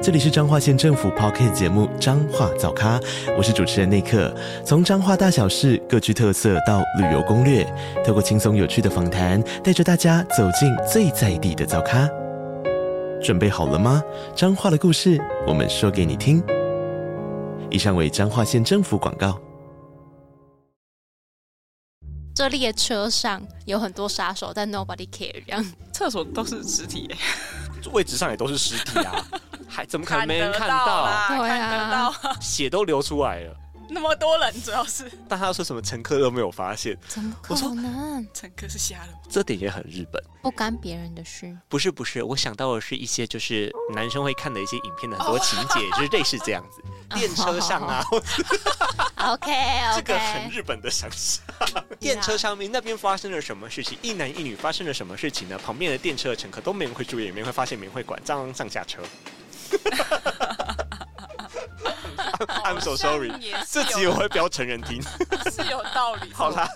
这里是彰化县政府 p o c k t 节目《彰化早咖》，我是主持人内克。从彰化大小事各具特色到旅游攻略，透过轻松有趣的访谈，带着大家走进最在地的早咖。准备好了吗？彰化的故事，我们说给你听。以上为彰化县政府广告。这列车上有很多杀手，但 nobody care 这样。厕所都是尸 体、欸，位置上也都是尸体啊， 还怎么可能没人得看到到？啦，对啊看得到，血都流出来了，那么多人，主要 是但他说什么乘客都没有发现，怎么我说可能？乘客是瞎了吗？这点也很日本。不干别人的事。不是不是，我想到的是一些就是男生会看的一些影片的很多情节，就是类似这样子，电车上啊， OK 这 OK，个很日本的 想象。电车上面那边发生了什么事情？一男一女发生了什么事情呢？旁边的电车的乘客都没人会注意，也没人会发现，没人会管，这样上下车。I'm so sorry，好像也是这有集我会标成人听。是有道理。 好啦，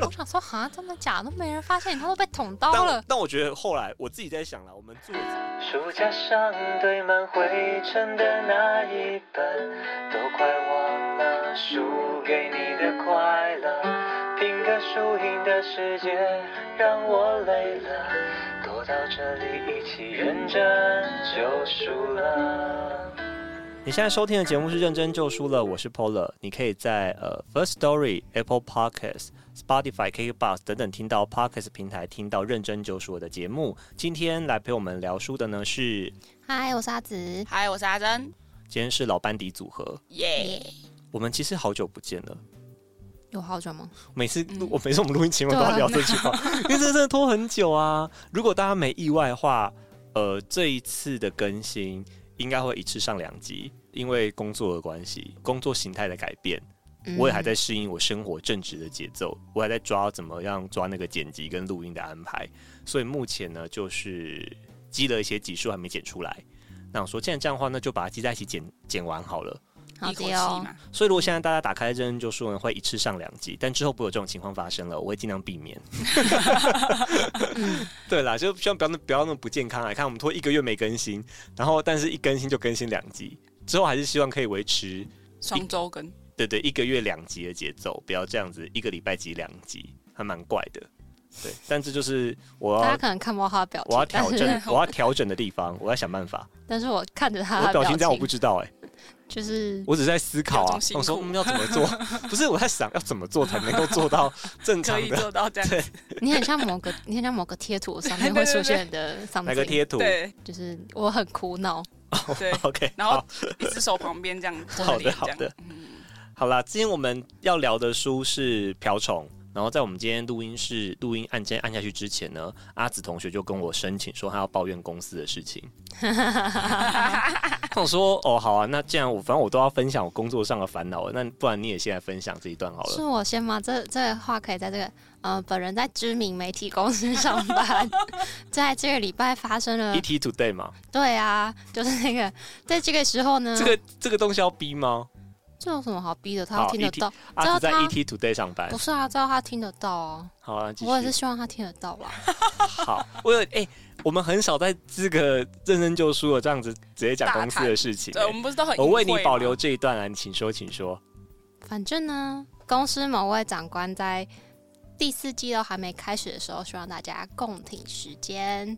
我想说，哈，真的假的？都没人发现你，他都被捅哦刀但了。但我觉得后来我自己在想了，我们做书架上堆满灰尘的那一本，都快忘了输给你的快乐。拼个输赢的世界让我累了，躲到这里一起认真就输了。你现在收听的节目是《认真就输了》，我是 Polar。你可以在呃 First Story、Apple Podcasts、Spotify、KKBox 等等听到 Podcast 平台听到《认真就输了》的节目。今天来陪我们聊书的呢是，嗨，我是阿紫。嗨，我是阿珍，今天是老班底组合。耶、我们其实好久不见了，有好久吗？每次录、嗯我每次我们录音前我都要聊这句话，因为这真的拖很久啊。如果大家没意外的话，呃，这一次的更新应该会一次上两集，因为工作的关系，工作形态的改变。嗯我也还在适应我生活正职的节奏，我还在抓怎么样抓那个剪辑跟录音的安排，所以目前呢就是积了一些集数还没剪出来。那我说，既然这样的话，那就把它积在一起剪剪完好了。好一口的气哦。嘛，所以如果现在大家打开认真就说呢，会一次上两集，但之后不会有这种情况发生了，我会尽量避免。 对啦，就希望不要那不要那么不健康啊！看我们拖一个月没更新，然后但是一更新就更新两集，之后还是希望可以维持双周跟对对，一个月两集的节奏，不要这样子，一个礼拜集两集，还蛮怪的。对，但这就是我大家要可能看不到他的表我要情，但调是 整，我要调整的地方，我要想办法。但是我看着他我的表情这样我情不，知道哎、就是我只是在思考有啊种，辛苦我说我们要怎么做？ 不是我在想要怎么做才能够做到 正常可以的做到这样。对你很像某个， 你很像某个贴图上面 对会对出对现的 something，那个贴图。对就是我很苦恼。对， OK，然后好一只手旁边这样托好着的脸这好的样。嗯，好啦，今天我们要聊的书是《瓢虫》，然后在我们今天录音室录音按键按下去之前呢，阿紫同学就跟我申请说他要抱怨公司的 事情。我想说哦，好啊，那既然我反正我都要分享我工作上的烦恼了，那不然你也先来分享这一段好是了。我先吗？这这话可以在这个呃，本人在知名媒体公司上 班，在这个礼拜发生了 ET E Today 嘛，对啊，就是那个，在这个时候呢，这个这个东西要逼吗？这有什么好逼的？他好听得 ET 到，知阿道紫在他 ET Today 上班不，是啊，知道他听得到啊。好啊，继续我也是希望他听得到啊啦。好。我有哎、我们很少在这个认真就输了这样子直接讲公司的事情、欸对，我们不是都 很我为隐你晦吗保留这一段啊，你请说，请说。反正呢，公司某位长官在第四季都还没开始的时候，希望大家共挺时间。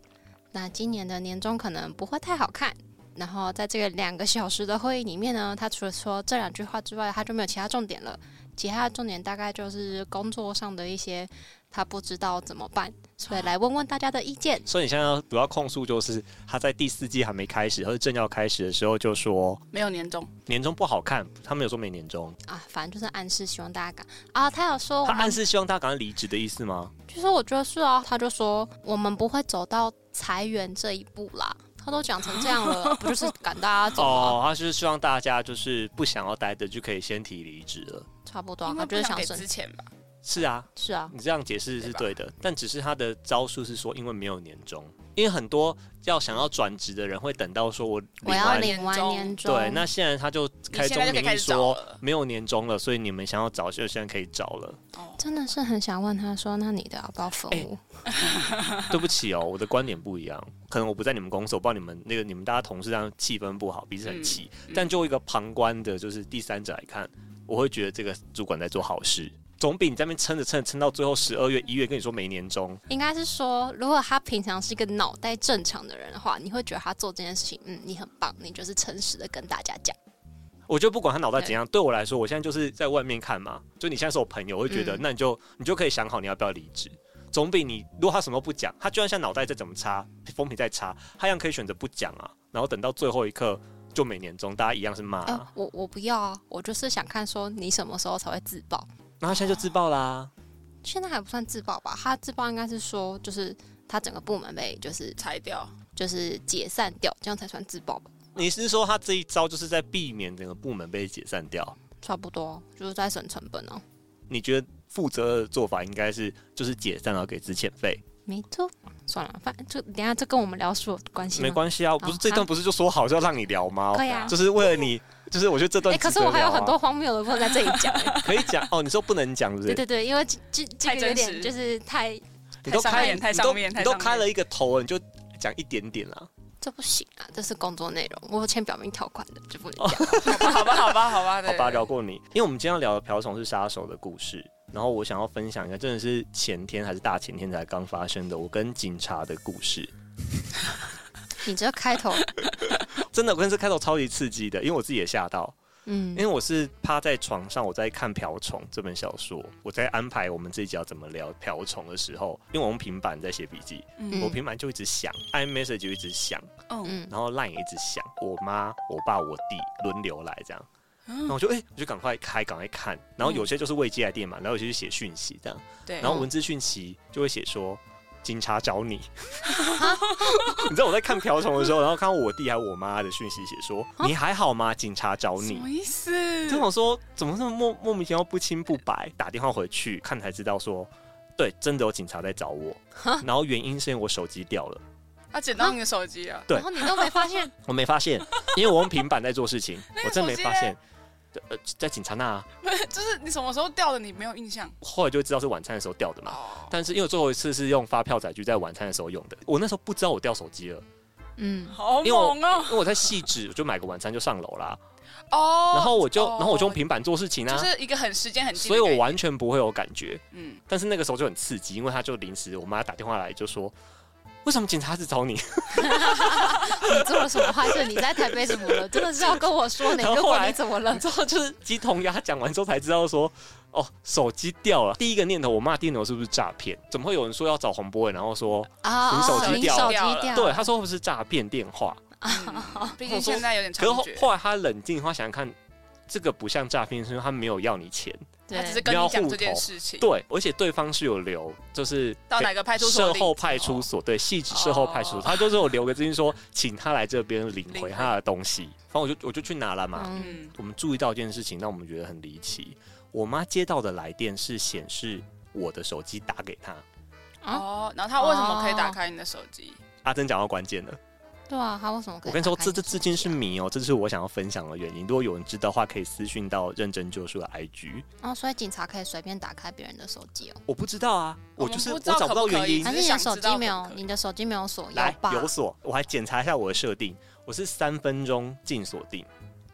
那今年的年终可能不会太好看。然后在这个两个小时的会议里面呢，他除了说这两句话之外，他就没有其他重点了。其他的重点大概就是工作上的一些他不知道怎么办，所以来问问大家的意见。所以你现在要主要控诉就是他在第四季还没开始，或者正要开始的时候就说没有年终，年终不好看，他们有说没年终，啊，反正就是暗示希望大家赶啊。他有哦说我 他们，暗示希望大家赶快离职的意思吗？其实我觉得是啊，他就说我们不会走到裁员这一步啦。他都讲成这样 了，不就是赶大家走吗？哦，他就是希望大家就是不想要待的就可以先提离职了。差不多啊，因他为就是不想想给省之前吧，是啊，是啊，你这样解释是对吧对的，但只是他的招数是说，因为没有年终，因为很多要想要转职的人会等到说我领我要完，领完年终年终，对，那现在他就开你现在宗就可以明开义始找说了没有年终了，所以你们想要找就现在可以找了。哦，真的是很想问他说，那你的要不要服务？ 对不起哦，我的观点不一样，可能我不在你们公司，我不知道你们那个你们大家同事这样气氛不好，彼此很气。嗯但就一个旁观的，就是第三者来看，我会觉得这个主管在做好事，总比你在那边撑着撑着撑到最后十二月一月跟你说没年终，应该是说，如果他平常是一个脑袋正常的人的话，你会觉得他做这件事情，嗯，你很棒，你就是诚实的跟大家讲。我就不管他脑袋怎嗯样，对我来说，我现在就是在外面看嘛。就你现在是我朋友，我会觉得，嗯那你就你就可以想好你要不要离职，总比你如果他什么都不讲，他就算像脑袋再怎么差，风评再差，他一样可以选择不讲啊，然后等到最后一刻就每年中大家一样是骂、哎、啊，我我不要啊，我就是想看说你什么时候才会自爆。然后他现在就自爆啦、现在还不算自爆吧？他自爆应该是说，就是他整个部门被就是裁掉，就是解散掉，这样才算自爆吧？你是说他这一招就是在避免整个部门被解散掉？差不多，就是在省成本哦、你觉得负责的做法应该是就是解散然后给资遣费？没错，算了，反正就等一下这跟我们聊书有关系吗没关系啊，不是这段好不是就说好是要让你聊吗？可以啊就是为了你，就是我觉得这段哎、可值是得我还有聊啊很多荒谬的部分在这里讲、哎可以讲哦，你说不能讲，是不对是？对对，因为这这这太个有真实点就是太你都太上开，面你太都上面你太都上面开了一个头了，你就讲一点点啦。这不行啊，这是工作内容，我有签表明条款的，就不 能讲。好吧，好吧，好吧，好吧，对好吧，聊过你，因为我们今天要聊的《瓢虫是杀手》的故事，然后我想要分享一下，真的是前天还是大前天才刚发生的，我跟警察的故事。你这开头，真的，我跟这开头超级刺激的，因为我自己也吓到，嗯因，为我是趴在床上，我在看《瓢虫》这本小说，我在安排我们这一集要怎么聊《瓢虫》的时候，因为我用平板在写笔记，嗯我平板就一直响，iMessage 就一直响，嗯，嗯，然后 line 也一直响，我妈、我爸、我弟轮流来这样。然后我就哎、我就赶快开，赶快看。然后有些就是未接来电嘛，然后有些就写讯息这样。对，然后文字讯息就会写说警察找你。 你知道我在看瓢虫的时候，然后看到我弟还有我妈的讯息写说你还好吗？警察找啊什你么。意思？就想说怎么这么莫莫名其妙不清不白？打电话回去看才知道说对，真的有警察在找我。然后原因是因为我手机掉了。他捡到你的手机啊？对然后你都没发现，我没发现，因为我用平板在做事情， 那个我真没手机发嘞现。对呃，在警察那、不是， 就是你什么时候掉的？你没有印象后来就知道是晚餐的时候掉的嘛。哦。但是因为我最后一次是用发票载具在晚餐的时候用的，我那时候不知道我掉手机了，嗯，好因为我猛哦！因为我在细致，我就买个晚餐就上楼啦，哦，然后我就哦然后我就用平板做事情就啊，是一个很时间很近的所以我概念完全不会有感觉。嗯，但是那个时候就很刺激，因为他就临时我妈打电话来就说，哦为什么警察只找你？ 你做了什么坏事？你在台北怎么了？真的是要跟我说你，然后如后果来你怎么了你？知道，就是鸡同鸭讲完之后才知道说，哦，手机掉了。第一个念头，我骂电脑是不是诈骗？怎么会有人说要找洪博伟，然后说，啊你手机啊你掉手了机掉，对，，他说会不会是诈骗电话？ 嗯毕竟我说现在有点可是猖后獗，后来他冷静的话，想想看，这个不像诈骗，是因为他没有要你钱，他只对，是跟瞄你户讲头这件事情，对，而且对方是有留，就是到给哪个派出所社领后哦派出所，对，细致社后派出所，哦他就是有留个资讯说， 请他来这边领领回回他的东西，反正我就我就去拿了嘛。嗯，嗯，我们注意到一件事情，让我们觉得很离奇。我妈接到的来电是显示我的手机打给她。啊哦，然后他为什么可以打开你的手机？阿珍讲到关键了，对啊，他为什么可以我跟你说，打开这这手机至今啊是谜哦，这是我想要分享的原因。如果有人知道的话，可以私讯到认真救赎的 IG。哦，所以警察可以随便打开别人的手机哦。我不知道啊，我我们就是不我知道找不可到不可原以啊因还。只是你是的想手知道机没可有不，可以你的手机没有锁，来吧？有锁，我还检查一下我的设定，我是三分钟进锁定。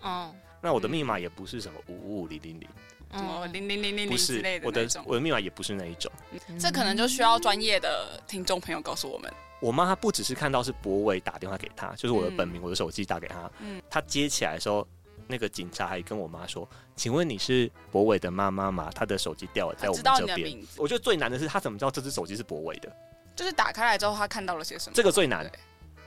嗯那我的嗯密码也不是什么五五零零零，什么嗯，零零零零不零之是类的我那的种？我的密码也不是那一种。这可能就需要专业的听众朋友告诉我们。我妈她不只是看到是博伟打电话给她，就是我的本名，我的手机打给她，嗯她接起来的时候，那个警察还跟我妈说：“请问你是博伟的妈妈吗？她的手机掉了，在他嗯我知们道这你的边。”名字，我觉得最难的是她怎么知道这只手机是博伟的，就是打开来之后他看到了些什么？这个最难，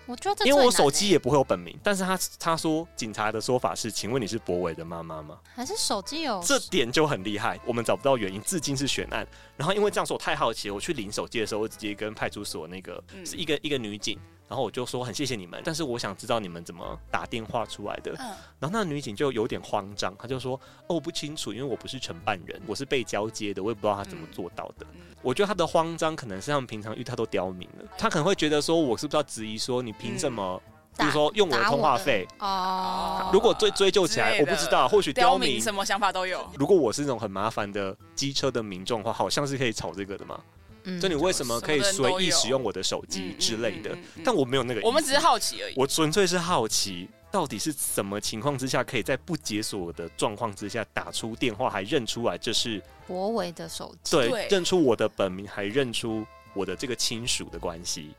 我觉得这因为我最难欸手机也不会有本名，但是她她说警察的说法是：“请问你是博伟的妈妈欸吗哦还是手机有？”这点就很厉害，我们找不到原因，至今是悬案。然后因为这样说，我太好奇了，我去领手机的时候，我直接跟派出所那个嗯是一个一个女警，然后我就说很谢谢你们，但是我想知道你们怎么打电话出来的。啊嗯，然后那女警就有点慌张，她就说：“哦，我不清楚，因为我不是承办人，我是被交接的，我也不知道她怎么做到的。嗯嗯我觉得她的慌张可能是他们平常遇到都刁民嗯了，她可能会觉得说，我是不是要质疑说你凭什么？比如说用我的打通我话的费，哦，如果追追究起之来，类我的不知道，或许刁刁民民什么想法都有。如果我是那种很麻烦的机车的民众的话，好像是可以吵这个的嘛？嗯就你为什么可以随意使用我的手机嗯之类的嗯嗯嗯嗯？但我没有那个意思，我们只是好奇而已。我纯粹是好奇，到底是什么情况之下可以在不解锁的状况之下打出电话，还认出来这是博伟的手机，对对认出我的本名，还认出我的这个亲属的关系？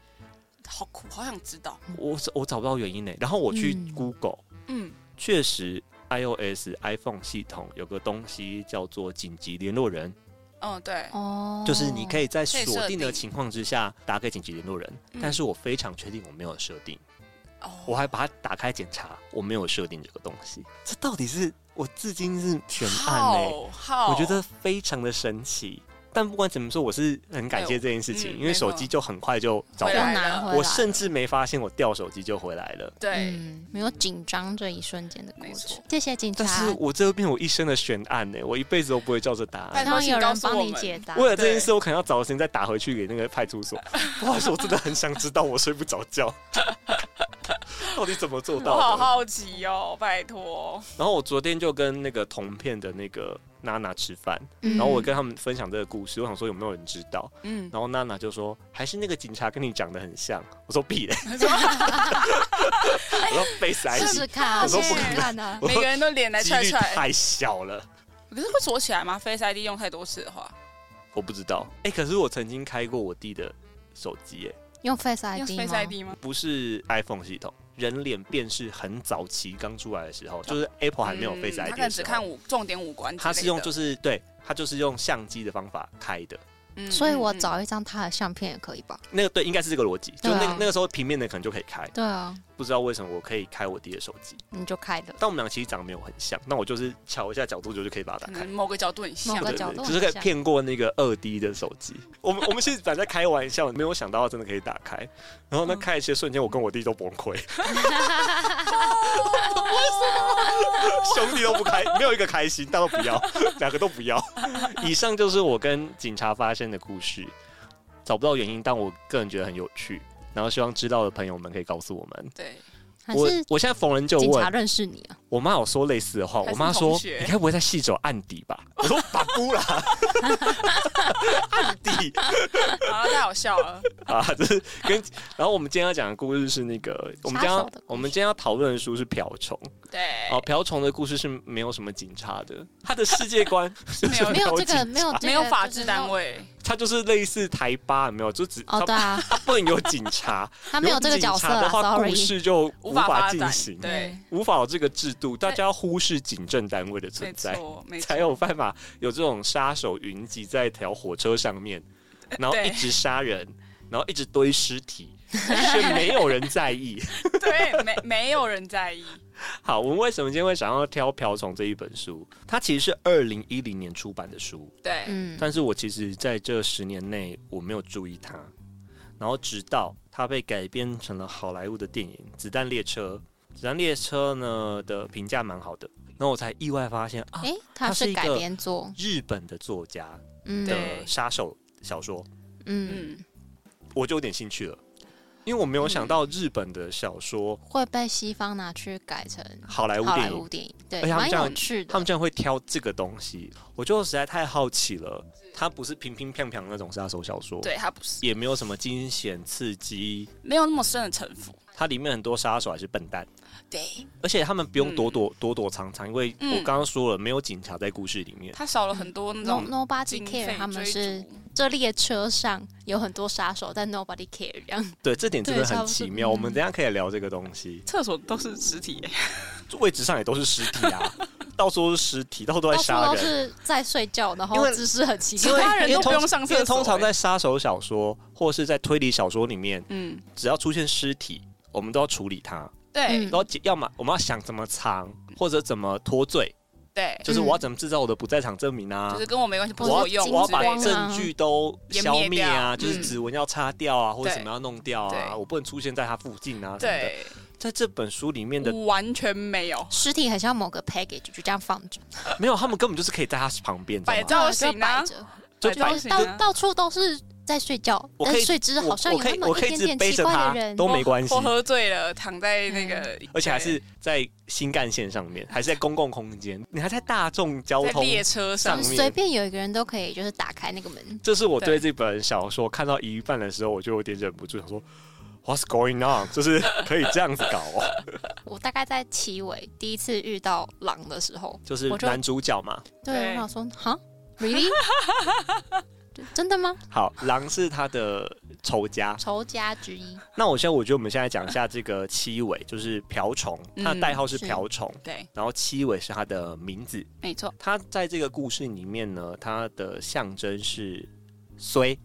好苦，好想知道。我我找不到原因呢、然后我去嗯 Google，嗯，确实 iOS iPhone 系统有个东西叫做紧急联络人。嗯，对，哦，就是你可以以在可以锁设定的定情况之下打给紧急联络人，嗯但是我非常确定我没有设定，哦我还把它打开检查，我没有设定这个东西。这到底是我至今是悬案呢、好好，我觉得非常的神奇。但不管怎么说，我是很感谢这件事情，嗯因为手机就很快就找回又到来，拿回来，我甚至没发现我掉手机就回来了。对，嗯没有紧张这一瞬间的过没程错。谢谢警察但，啊是我这变我一生的悬案呢、欸我一辈子都不会叫这答拜案托。希望有人帮告诉我你们解答。为了这件事，我可能要找时间再打回去给那个派出所。不好意思，我真的很想知道，我睡不着 觉，到底怎么做我好到的？好奇哦，拜托。然后我昨天就跟那个同片的那个娜娜吃饭，嗯然后我跟他们分享这个故事，我想说有没有人知道？嗯，然后娜娜就说还是那个警察跟你长得很像。我说屁嘞， 我说被塞 试起试，看啊，我试都试不敢看啊。我每个人都脸来几踹率踹，太小了。可是会锁起来吗？Face ID 用太多次的话，我不知道，哎、可是我曾经开过我弟的手机，哎，用 Face 用 ID 吗 Face ID 吗？不是 iPhone 系统，人脸辨识很早期刚出来的时候，就是 Apple 还没有嗯 Face 他 ID 可能的只时看候，五重点五官之类的，它是用就是对，它就是用相机的方法开的。嗯所以我嗯找一张他的相片也可以吧？那个对，应该是这个逻辑，就对啊那个那个时候平面的可能就可以开，对啊，不知道为什么我可以开我弟的手机，你就开了。但我们俩其实长得没有很像，那我就是瞧一下角度就就可以把嗯可它打开能。某个角度很像某，个嗯对角度对就是可以很像骗过那个二 D 的手机。我们我们其实本来在开玩笑，没有想到真的可以打开。然后嗯那开一些瞬间，我跟我弟都崩 溃，兄弟都不开，没有一个开心，大家都不要， 两个都不要。以上就是我跟警察发生的故事，找不到原因，但我个人觉得很有趣。然后希望知道的朋友们可以告诉我们。对，还我是我现在逢人就警问察，认识 你啊？我妈有说类似的话，还我是妈说同学你该不会在戏走暗底吧？我 说把不啦， 暗底啊，太好笑了，啊，就是跟。然后我们今天要讲的故事是那个，我们今天杀手要的故事我们今天要讨论的书是瓢虫 对，哦，瓢虫的故事是没有什么警察的，他的世 界观就是没有这警察个，没有这个没有法制单，位，他就是类似台巴，有没有？就只就是没有哦，对他 啊，他不能有警察，他没有这个角色有警察的啊话，故，sorry。事就无无法法发进展行，对，无法有这个制度，大家要忽视警政单位的没存在。错，没错才，有办法有这种杀手云集在一条火车上面，然后呃对一直杀人，然后一直堆尸体，却没有人在意。 对，没没有人在意，好，我们为什么今天会想要挑《瓢虫》这一本书？它其实是二零一零年出版的书，对，嗯，但是我其实在这十年内我没有注意它，然后直到它被改编成了好莱坞的电影《子弹列车》。《子弹列车呢》的评价蛮好的，然后我才意外发现啊，诶，他它是是一个改编作，日本的作家嗯，的对杀手小说，嗯，嗯，我就有点兴趣了，因为我没有想到日本的小说、会被西方拿去改成好莱坞好电莱影坞，电影，对而，且他们蛮这样有趣他们的。竟然会挑这个东西，我就实在太好奇了。它不是平平平平那种杀手小说，对他不是也没有什么惊险刺激，没有那么深的城府，它里面很多杀手还是笨蛋，对，而且他们不用躲躲、躲躲藏藏，因为嗯我刚刚说了，没有警察在故事里面。他少了很多那 No 种 nobody 经费 care，他们追是逐，这列车上有很多杀手，但 nobody care 这样。对，这点真的对差很不多奇嗯妙。我们等一下可以聊这个东西，厕所都是尸体耶，位置上也都是尸体啊，到处都是尸体，到处都在到处杀都人。是在睡觉，然因后为姿势很奇因怪。为他人因为都不通用上厕所因为通常欸在杀手小说或是在推理小说里面，嗯，只要出现尸体，我们都要处理它，对嗯都要解要么我们要想怎么藏，或者怎么脱罪，对，就是我要怎么制造我的不在场证明啊？嗯就是跟我没关系，不是我要我用我要之类把的证据都消灭啊，湮灭掉就是指纹要擦掉啊，或者什么要弄掉啊，对我不能出现在他附近啊什么的。对，在这本书里面的完全没有尸体很像某个 package，就这样放着，没有，他们根本就是可以在他旁边，摆知道造吗型啊对就摆着就是摆造就摆型到啊，到处都是在睡觉，我但可以睡姿好像有我我可以那我么可一以一点直点背奇着怪的他人，都没关系我，喝醉了，躺在那个，嗯而且还是在新干线上面，还是在公共空间，你还在大众交在通列车上上就是面随便有一个人都可以，就是打开那个门。这是我对这本小说看到一半的时候，我就有点忍不住想说，What's going on？就是可以这样子搞哦，我大概在七尾第一次遇到狼的时候，就是我就男主角嘛。对对我想说，哈，really？就真的吗？好，狼是他的仇家。仇家之一，那我现在我觉得我们现在讲一下这个七尾，就是瓢虫，嗯它的代号是是瓢虫，对，然后七尾是它的名字。没错，它在这个故事里面呢，它的象征是衰，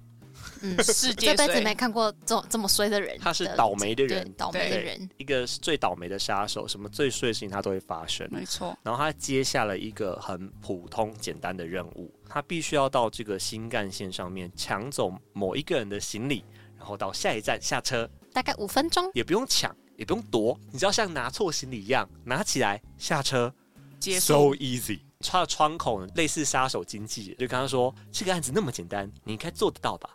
嗯，世界这辈子水没看过这种这么衰的人，他是倒霉的人对倒霉的对人，一个最倒霉的杀手，什么最衰的事情它都会发生。没错，然后他接下了一个很普通简单的任务，他必须要到这个新干线上面抢走某一个人的行李，然后到下一站下车，大概五分钟，也不用抢，也不用夺，你只要像拿错行李一样拿起来下车结束， ，so easy。他的窗口呢类似杀手经纪人，就跟他说这个案子那么简单，你应该做得到吧。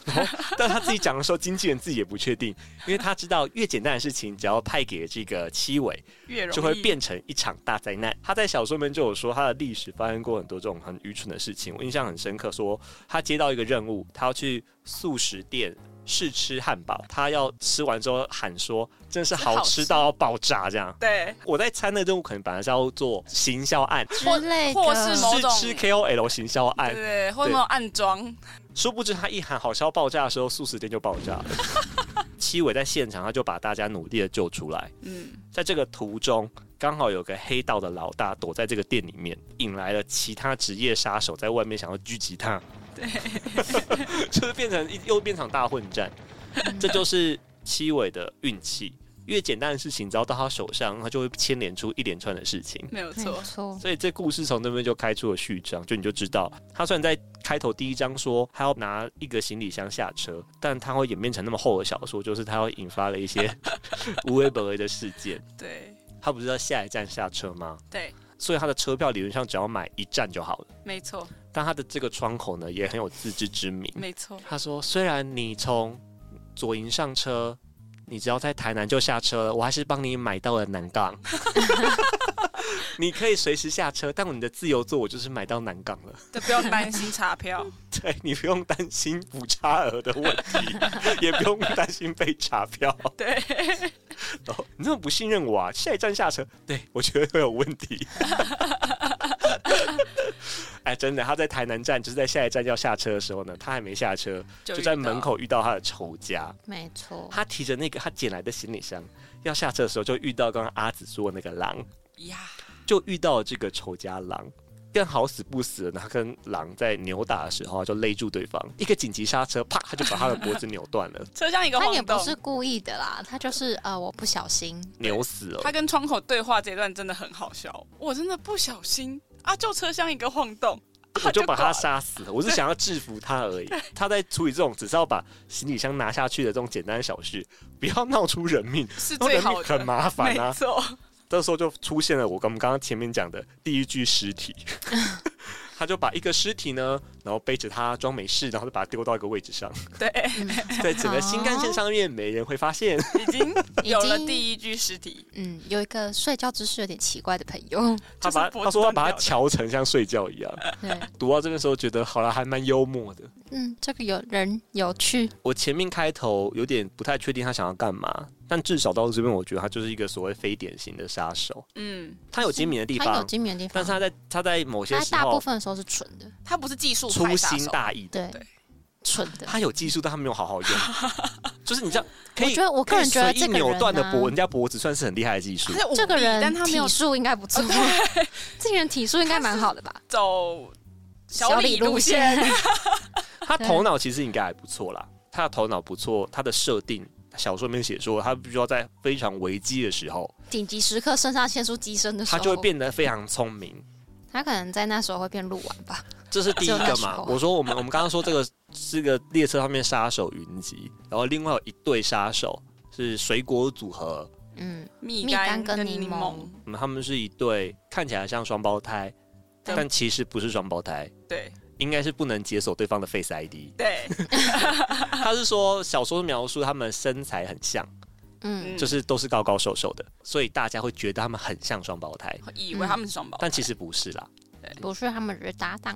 然后，但他自己讲的时候，经纪人自己也不确定，因为他知道越简单的事情，只要派给这个七尾，越容易就会变成一场大灾难。他在小说里面就有说，他的历史发生过很多这种很愚蠢的事情，我印象很深刻说他接到一个任务，他要去素食店试吃汉堡，他要吃完之后喊说：“真是好吃到要爆炸！”这样。对，我在猜那个任务可能本来是要做行销案，或之类的或是某试种吃 KOL 行销案，对，或者对那种暗装，殊不知他一喊好笑爆炸的时候，素食店就爆炸了。 七尾在现场，他就把大家努力的救出来。嗯，在这个途中，刚好有个黑道的老大躲在这个店里面，引来了其他职业杀手在外面想要狙击他。对， 就是变成一又变成大混战。嗯这就是七尾的运气，越简单的事情，只要到他手上，他就会牵连出一连串的事情。没有没错，错，所以这故事从那边就开出了序章，就你就知道，他虽然在开头第一章说他要拿一个行李箱下车，但他会演变成那么厚的小说，就是他会引发了一些无微不微的事件。对他不是要下一站下车吗？对，所以他的车票理论上只要买一站就好了。没错但他的这个窗口呢，也很有自知之明。没错，他说：“虽然你从左营上车，你只要在台南就下车了，我还是帮你买到了南港。你可以随时下车，但你的自由座我就是买到南港了。 这不用担心查票，对你不用担心补差额的问题，也不用担心被查票。对，哦，你这么不信任我啊？下一站下车，对我觉得会有问题。 哎，真的，他在台南站，就是在下一站要下车的时候呢，他还没下车，就遇在到门，口遇到他的仇家。没错，他提着那个他捡来的行李箱要下车的时候，就遇到刚刚阿紫说的那个狼，呀，就遇到了这个仇家狼。更好死不死的呢，他跟狼在扭打的时候就勒住对方，一个紧急刹车，啪，他就把他的脖子扭断了，车厢一个他也晃不动，是故意的啦，他就是呃，我不小 心，扭死了他。跟窗口对话这一段真的很好笑，我真的不小心啊，就车厢一个晃动，啊我就把他挂了杀死了。我是想要制服他而已。他在处理这种只是要把行李箱拿下去的这种简单小事，不要闹出人命，是闹最人好命的，很麻烦没啊。错，这时候就出现了我跟我们刚刚前面讲的第一具尸体。 他就把一个尸体呢，然后背着他装没事，然后就把它丢到一个位置上，对，嗯，在整个新干线上面没人会发现。已经有了已经第一具尸体，嗯，有一个睡觉姿势有点奇怪的朋 友，他把就是脖子他说他把它断掉的瞧成像睡觉一样。对，读到这边的时候，觉得好了，还蛮幽默的。嗯，这个有人有趣，我前面开头有点不太确定他想要干嘛，但至少到这边，我觉得他就是一个所谓非典型的杀手。嗯，他有精明的地他有方，精明的地但方，是他在他在某些他时大部候分的时候是蠢的，他不是技术粗派杀心手，大意，对对，蠢的。他有技术，但他没有好 好用。就是你这样可我以觉，得我个可以人觉得随这意个扭人断的脖，啊人，家脖子算是很厉害的技术他。是武这个力但人他没有哦体术应该不错，这个人体术应该蛮好的吧？走小李路路线，他头脑其实应该还不错啦，他的头脑不错，他的设定。小说里面写说，他必须要在非常危机的时候，顶级时刻肾上腺素激升的时他候，就会变得非常聪明。他可能在那时候会变鹿丸吧。这是第一个就那时嘛候。我说我们我们刚刚说这个是个列车上面杀手云集，然后另外有一对杀手是水果组合，嗯，蜜蜜柑柑跟跟柠柠檬檬，嗯，他们是一对看起来像双胞胎，对但其实不是双胞胎，对应该是不能解锁对方的 Face ID。对，他是说小说描述他们身材很像，嗯，就是都是高高瘦瘦的，所以大家会觉得他们很像双胞胎，以为他们是哦双胞胎，但其实不是啦。不是他们只是搭档，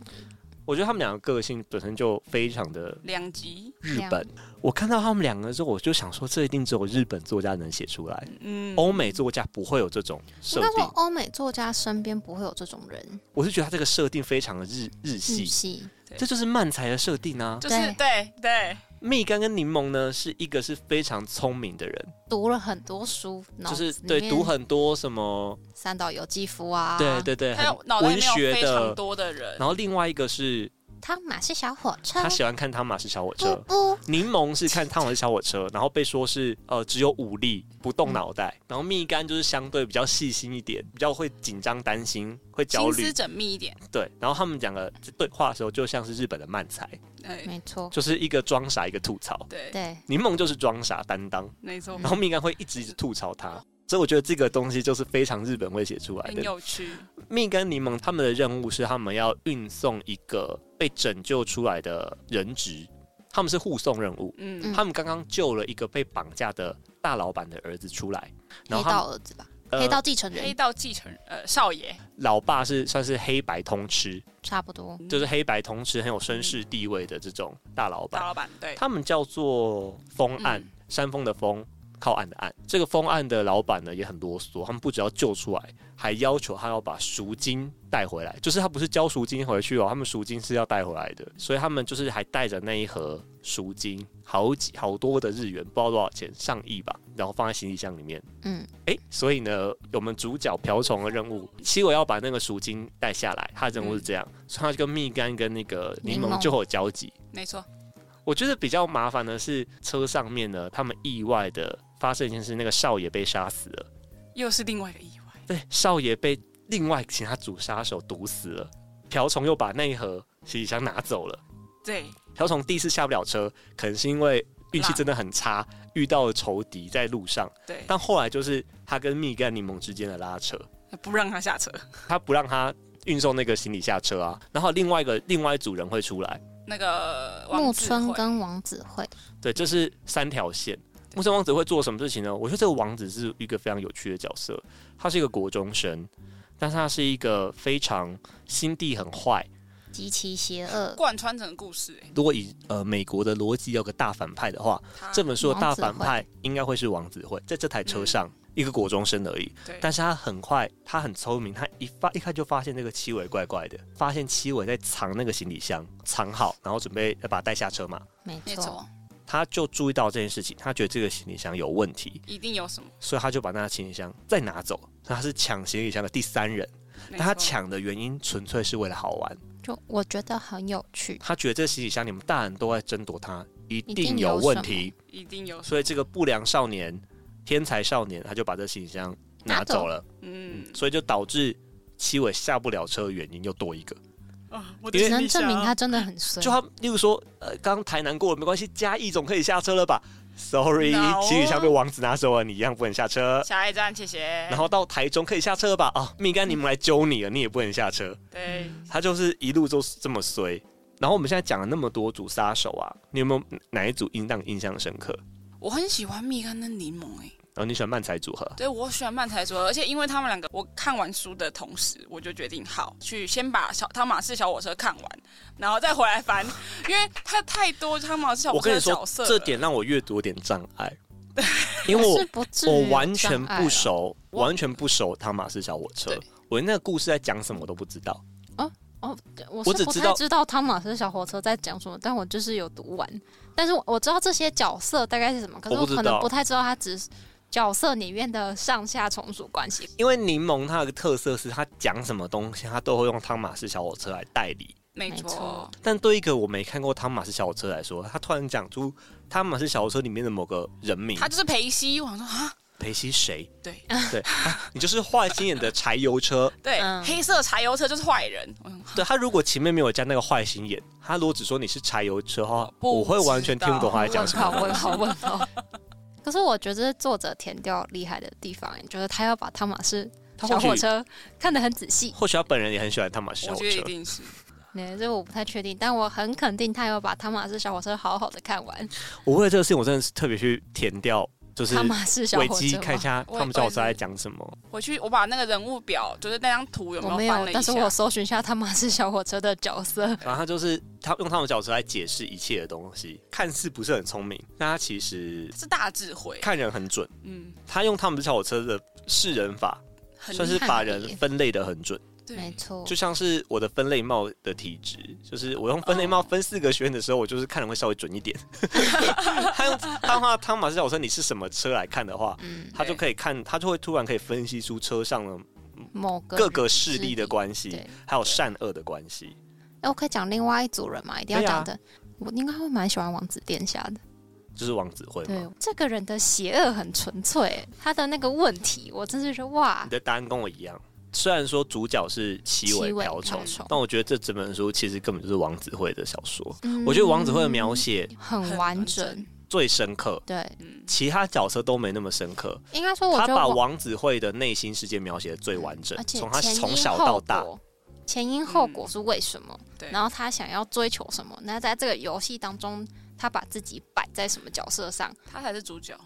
我觉得他们两个个性本身就非常的两极，日两本。我看到他们两个之后，我就想说，这一定只有日本作家能写出来，嗯，欧美作家不会有这种设应该说定。欧美作家身边不会有这种人，我是觉得他这个设定非常的日日日系，系，这就是漫才的设定啊。就是对对，蜜柑跟柠檬呢，是一个是非常聪明的人，读了很多书，脑就子是里对面读很多什么，三岛由纪夫啊，对，对对，他有脑袋很文里面有学非常的。多的人，然后另外一个是汤马是小火车，他喜欢看《汤马士小火车》不不，柠檬是看《汤马士小火车》，然后被说是呃只有武力不动脑袋，嗯然后蜜柑就是相对比较细心一点，比较会紧张担心，会焦心虑思，缜密一点，对。然后他们两个在对话的时候就像是日本的漫才，哎，没错，就是一个装傻，一个吐槽。对，对，柠檬就是装傻担当，没错然，后蜜柑会一直一直吐槽嗯他。所以我觉得这个东西就是非常日本会写出来很的。有趣，蜜柑柠檬他们的任务是他们要运送一个被拯救出来的人质，他们是护送任务。嗯，他们刚刚救了一个被绑架的大老板的儿子出来，然黑后他们道儿子吧，呃黑道继承黑人道继承人呃少爷，老爸是算是黑白通吃，差不多，就是黑白通吃很有绅士地位的这种大老大板。老板，对，他们叫做风岸，嗯山峰的峰，靠岸的岸。这个风岸的老板呢也很啰嗦，他们不只要救出来，还要求他要把赎金带回来，就是他不是交赎金回去哦，他们赎金是要带回来的，所以他们就是还带着那一盒赎金，好几好多的日元，不知道多少钱，上亿吧，然后放在行李箱里面。嗯，诶，所以呢，我们主角瓢虫的任务，七尾要把那个赎金带下来，他的任务是这样，所以他就跟蜜柑跟那个柠柠檬檬就会有交集。没错，我觉得比较麻烦的是车上面呢，他们意外的发生一件事，那个少爷被杀死了，又是另外一个意外，对，少爷被另外其他主杀手毒死了，瓢虫又把那一盒行李箱拿走了。对，瓢虫第一次下不了车，可能是因为运气辣真的很差，遇到了仇敌在路上。对，但后来就是他跟蜜柑柠檬之间的拉扯，不让他下车，他不让他运送那个行李下车啊，然后另外一个另外一组人会出来，那个木王子村会跟王子惠，对，这是三条线。木村王子会做什么事情呢？我觉得这个王子是一个非常有趣的角色，他是一个国中生，但是他是一个非常心地很坏。极其邪 恶，贯穿整个故事，哎如果以呃美国的逻辑有个大反派的话，他这本书的大反王派应该会是王子会，在这台车上、一个国中生而已。对，但是他很快，他很聪明，他一发一看就发现这个七尾怪怪的，发现七尾在藏那个行李箱，藏好，然后准备要把它带下车嘛。没没错，错，他就注意到这件事情，他觉得这个行李箱有问题，一定有什么，所以他就把那个行李箱再拿走。所以他是抢行李箱的第三人，没但他错抢的原因纯粹是为了好玩。就我觉得很有趣，他觉得这行李箱你们大人都在争夺它，一一定定有有问什么题，一定有什么，所以这个不良少年、天才少年，他就把这行李箱拿拿走走了，嗯，所以就导致七尾下不了车的原因又多一个。啊，我的只行能李证明箱他真的很衰就。他，例如说，呃，刚刚台南过了没关系，嘉义总可以下车了吧？Sorry， No 行李箱被王子拿走了，你一样不能下车。下一站，谢谢。然后到台中可以下车了吧？啊，蜜柑你们来揪你了，你也不能下车。对，嗯他就是一路都是这么衰。然后我们现在讲了那么多组杀手啊，你有没有哪一组印让你印象深刻？我很喜欢蜜柑跟柠檬诶、哎然后你喜欢漫才组合，对我喜欢漫才说，而且因为他们两个，我看完书的同时，我就决定好去先把小汤马士小火车看完，然后再回来翻，因为他太多汤马士小火我车跟你的说角，色了这点让我阅读有点障碍，因为 是我不至于我有完障全碍啊不啦熟，完全不熟汤马斯小火车对，我那个故事在讲什么我都不知道。我我是只不知太道知道汤马斯小火车在讲什么，但我就是有读完，但是我我知道这些角色大概是什么，可是我不我知可能道不太知道他只是角色里面的上下从属关系。因为柠檬它有个特色是，它讲什么东西，它都会用汤马斯小火车来代理。没没错错，但对一个我没看过汤马斯小火车来说，他突然讲出汤马斯小火车里面的某个人名他，就是裴西，我想说啊，裴西谁？对 对、啊你就是坏心眼的柴 油车。对，嗯黑色柴油车就是坏人。嗯对他如果前面没有加那个坏心眼，他如果只说你是柴油车哈，不我会完全知道听不懂他在讲问什号么。问号问号。 可是我觉得作者填掉厉害的地方，欸就是他要把汤马士他小或火许车看得很仔细。或许他本人也很喜欢他马小我火觉得一车，定是对，这我不太确定，但我很肯定他有把汤马士小火车好好的看完。我为了这个事情，我真的是特别去填掉，就是汤马士小维火基车看一吗？下我他们小火车在讲什么。我去，我把那个人物表，就是那张图有我没没有翻有了，一但是我有下？搜寻一下汤马士小火车的角色。然后他就是他用他们小火车来解释一切的东西，看似不是很聪明，但他其实是大智慧，看人很准。嗯，他用他们小火车的识人法，很算是厉害把耶人分类的很准。没对，错，就像是我的分类帽的体质，就是我用分类哦帽分四个学院的时候，我就是看人会稍微准一点。 他用他话汤马斯小车你是什么车来看的话，嗯，他就可以看，他就会突然可以分析出车上的某个各个势力的关系对，，还有善恶的关系。哎，我可以讲另外一组人嘛？一定要可以啊讲的。我应该会蛮喜欢王子殿下的。就是王子辉对嘛，，这个人的邪恶很纯粹，他的那个问题，我真是说哇你，的答案跟我一样。虽然说主角是七尾七尾瓢虫瓢虫，但我觉得这整本书其实根本就是王子辉的小说。嗯我觉得王子辉的描写很很完完整整。最深刻，对，嗯，其他角色都没那么深刻。应该说我他觉得把王王子慧的内心世界描写的最完整而，且从他前因从小后到大，果，前因后果是为什么？对然后他想要追求什么？那在这个游戏当中，他把自己摆在什么角色上？他才是主角。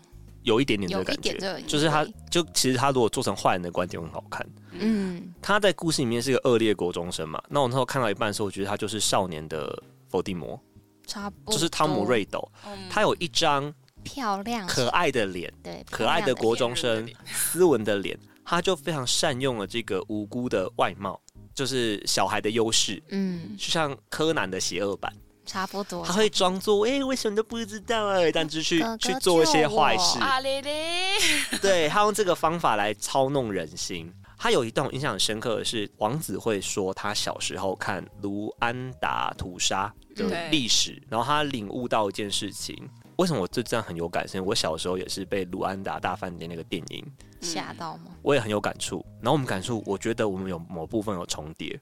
有一点点这有个一感点觉，这个意味，就是他就其实他如果做成坏人的观点很好看。嗯，他在故事里面是个恶劣国中生嘛，那我那时候看到一半的时候，我觉得他就是少年的伏地魔，差不多嗯就是汤姆瑞斗，嗯，他有一张漂亮可爱的脸，对可爱的漂亮国中骗人的生脸，斯文的脸，他就非常善用了这个无辜的外貌，就是小孩的优势，嗯，就像柯南的邪恶版。差不多他。会装作哎、欸为什么都不知道哎、但就去哥哥去做一些坏事。啊嘞嘞， 对他用这个方法来操弄人心。他有一段我印象很深刻的是，王子会说他小时候看卢安达屠杀的对历史，然后他领悟到一件事情。为什么我对这样很有感？是因为我小时候也是被卢安达大饭店那个电影，吓到吗？我也很有感触。然后我们感触，我觉得我们有某部分有重叠，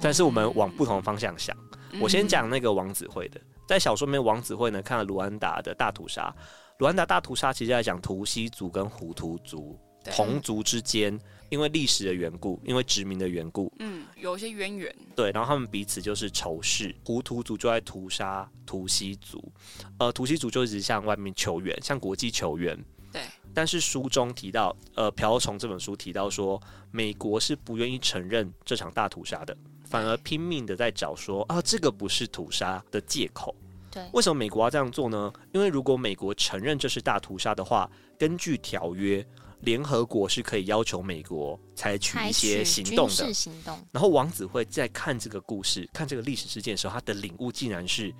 但是我们往不同的方向想。我嗯先讲那个王子会的，在小说里面，王子会呢看了卢安达的大屠杀。卢安达大屠杀其实在讲图西族跟胡图族嗯对同族之间，因为历史的缘故，因为殖民的缘故，嗯，有一些渊源，对，然后他们彼此就是仇视。胡图族就在屠杀图西族，呃，图西族就一直向外面求援，向国际求援。对，但是书中提到，呃，《瓢虫》这本书提到说，美国是不愿意承认这场大屠杀的，反而拼命的在找说啊，这个不是屠杀的借口。对为什么美国要这样做呢？因为如果美国承认这是大屠杀的话，根据条约，联合国是可以要求美国采取采一取些行动军事。的行动，然后王子会在看这个故事、看这个历史事件的时候，他的领悟竟然是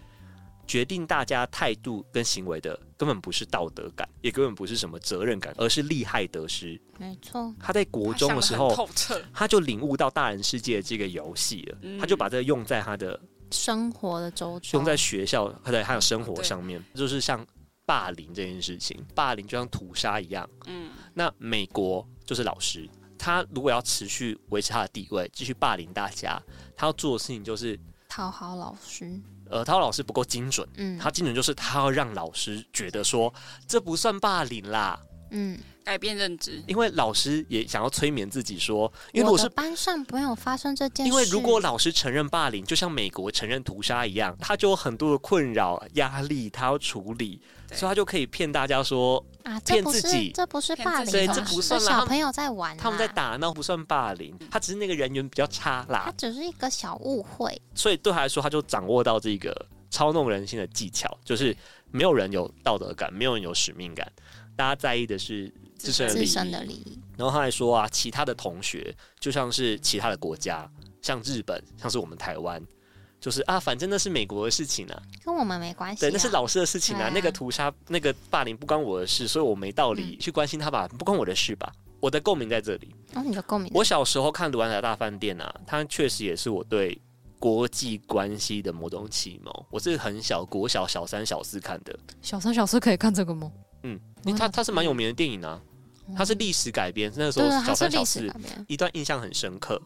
决定大家态度跟行为的，根本不是道德感，也根本不是什么责任感，而是利害得失。没错，他在国中的时他想得很候，透彻，他就领悟到大人世界这个游戏了，嗯他就把这个用在他的生活的周周用在学校，对，还有生活上面，就是像霸凌这件事情，霸凌就像屠杀一样。嗯，那美国就是老师，他如果要持续维持他的地位，继续霸凌大家，他要做的事情就是，讨好老师，呃，他老师不够精准，嗯，他精准就是他要让老师觉得说这不算霸凌啦，嗯，改变认知，因为老师也想要催眠自己说，因为如果我是的班上没有发生这件事，因为如果老师承认霸凌，就像美国承认屠杀一样，他就有很多的困扰、压力，他要处理，对所以他就可以骗大家说啊，这不骗自是己这不是霸凌对吧，这不算啦小朋友在玩，啊他们在，打闹不算霸凌，嗯他只是那个人缘比较差他啦。只是一个小误会，所以对他来说，他就掌握到这个操弄人心的技巧，就是没有人有道德感，没有人有使命感，大家在意的是自身的利自益。身的利益，然后他还说啊，其他的同学就像是其他的国家，像日本，像是我们台湾。就是啊，反正那是美国的事情啊，跟我们没关系啊，对，那是老师的事情对啊啊，那个屠杀、那个霸凌不关我的事，所以我没道嗯理去关心他吧，不关我的事吧。我的共鸣在这里。哦，你的共鸣，我小时候看《卢安达大饭店》啊，它确实也是我对国际关系的某种启蒙。我是很小，国小小三、小四看的，小三小四可以看这个吗？嗯嗯，因为它它是蛮有名的电影啊。它是历史改编，那时候对啊，小它是三小历史四改编，一段印象很深刻，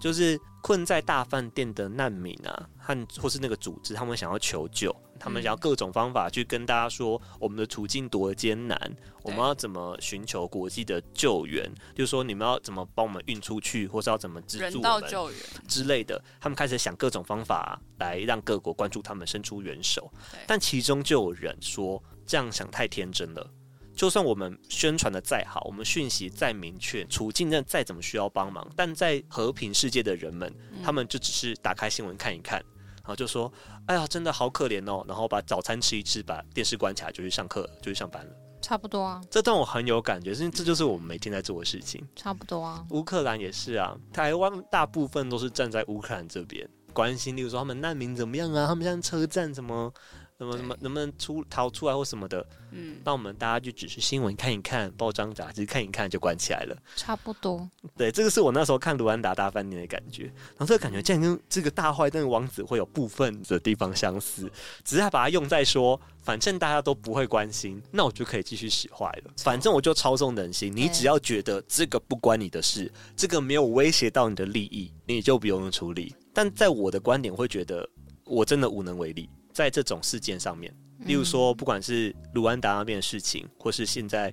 就是困在大饭店的难民啊，和或是那个组织，他们想要求救，他们嗯想要各种方法去跟大家说我们的处境多艰难，我们要怎么寻求国际的救援，就是说你们要怎么帮我们运出去，或是要怎么资助人我道们救援，之类的，他们开始想各种方法来让各国关注他们，伸出援手对。但其中就有人说，这样想太天真了。就算我们宣传的再好，我们讯息再明确，处境呢再怎么需要帮忙，但在和平世界的人们，他们就只是打开新闻看一看，然后就说：“哎呀，真的好可怜哦。”然后把早餐吃一吃，把电视关起来，就去上课，就去上班了。差不多啊，这段我很有感觉，因为这就是我们每天在做的事情。差不多啊，乌克兰也是啊，台湾大部分都是站在乌克兰这边，关心，例如说他们难民怎么样啊，他们现在车站怎么怎么对怎么能不能出逃出来或什么的，嗯，那我们大家就只是新闻看一看，报章杂志看一看就关起来了。差不多，对，这个是我那时候看卢安达大饭店的感觉，然后这个感觉竟然跟这个大坏蛋的王子会有部分的地方相似，只是他把它用在说，反正大家都不会关心，那我就可以继续使坏了，反正我就操纵人心，你对只要觉得这个不关你的事，这个没有威胁到你的利益，你就不用处理。但在我的观点会觉得，我真的无能为力，在这种事件上面，例嗯如说，不管是卢安达那边的事情，或是现在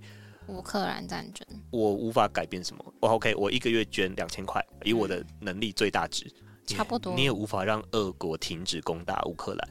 乌克兰战争，我无法改变什么。我 OK，我一个月捐两千块，以我的能力最大值，你差不嗯多你也无法让俄国停止攻打乌克兰，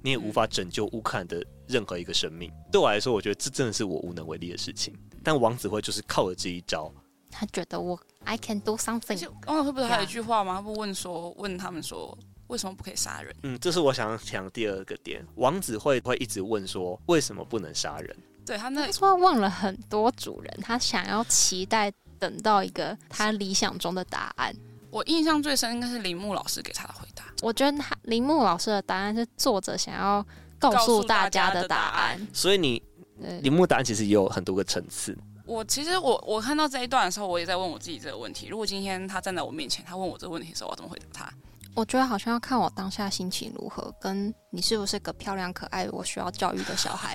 你也无嗯法拯救乌克兰的任何一个生命。对我来说，我觉得这真的是我无能为力的事情。但王子辉就是靠了这一招，他觉得我 I can do 而 something，且王哦永辉不是还有一句话啊吗？他不问说问他们说为什么不可以杀人？嗯，这是我想讲第二个点。王子辉会一直问说，为什么不能杀人？对他那他说忘了很多主人，他想要期待等到一个他理想中的答案。我印象最深应该是铃木老师给他的回答，我觉得他铃木老师的答案是作者想要告告诉诉大大家家的的答答案案。所以你对，铃木答案其实也有很多个层次。 我其实我我看到这一段的时候，我也在问我自己这个问题：如果今天他站在我面前，他问我这个问题的时候，我要怎么回答他？我觉得好像要看我当下心情如何，跟你是不是个漂亮可爱、我需要教育的小 孩。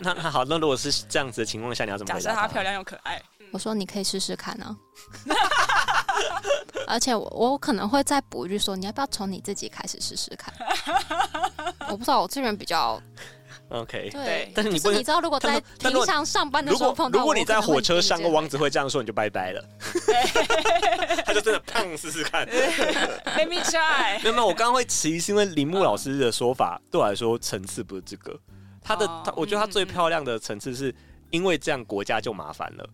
那那好，那如果是这样子的情况下，你要怎么假回设答他漂亮又可爱， 我说你可以试试看啊。而且我我可能会再补一句说，你要不要从你自己开始试试 看？我不知道，我这个人比较 OK，对，但是你就不是能你知道，如果但在是但如平果常上班的如时候果碰到如我果你在火车我上，可能会王子会这样说，你就拜拜了。他就真的胖试试看。 ，Let me try。没有没有，我刚刚会迟疑，是因为铃木老师的说法对我来说层次不是这个。他的哦他，我觉得嗯他最漂亮的层次是因为这样国家就麻烦了，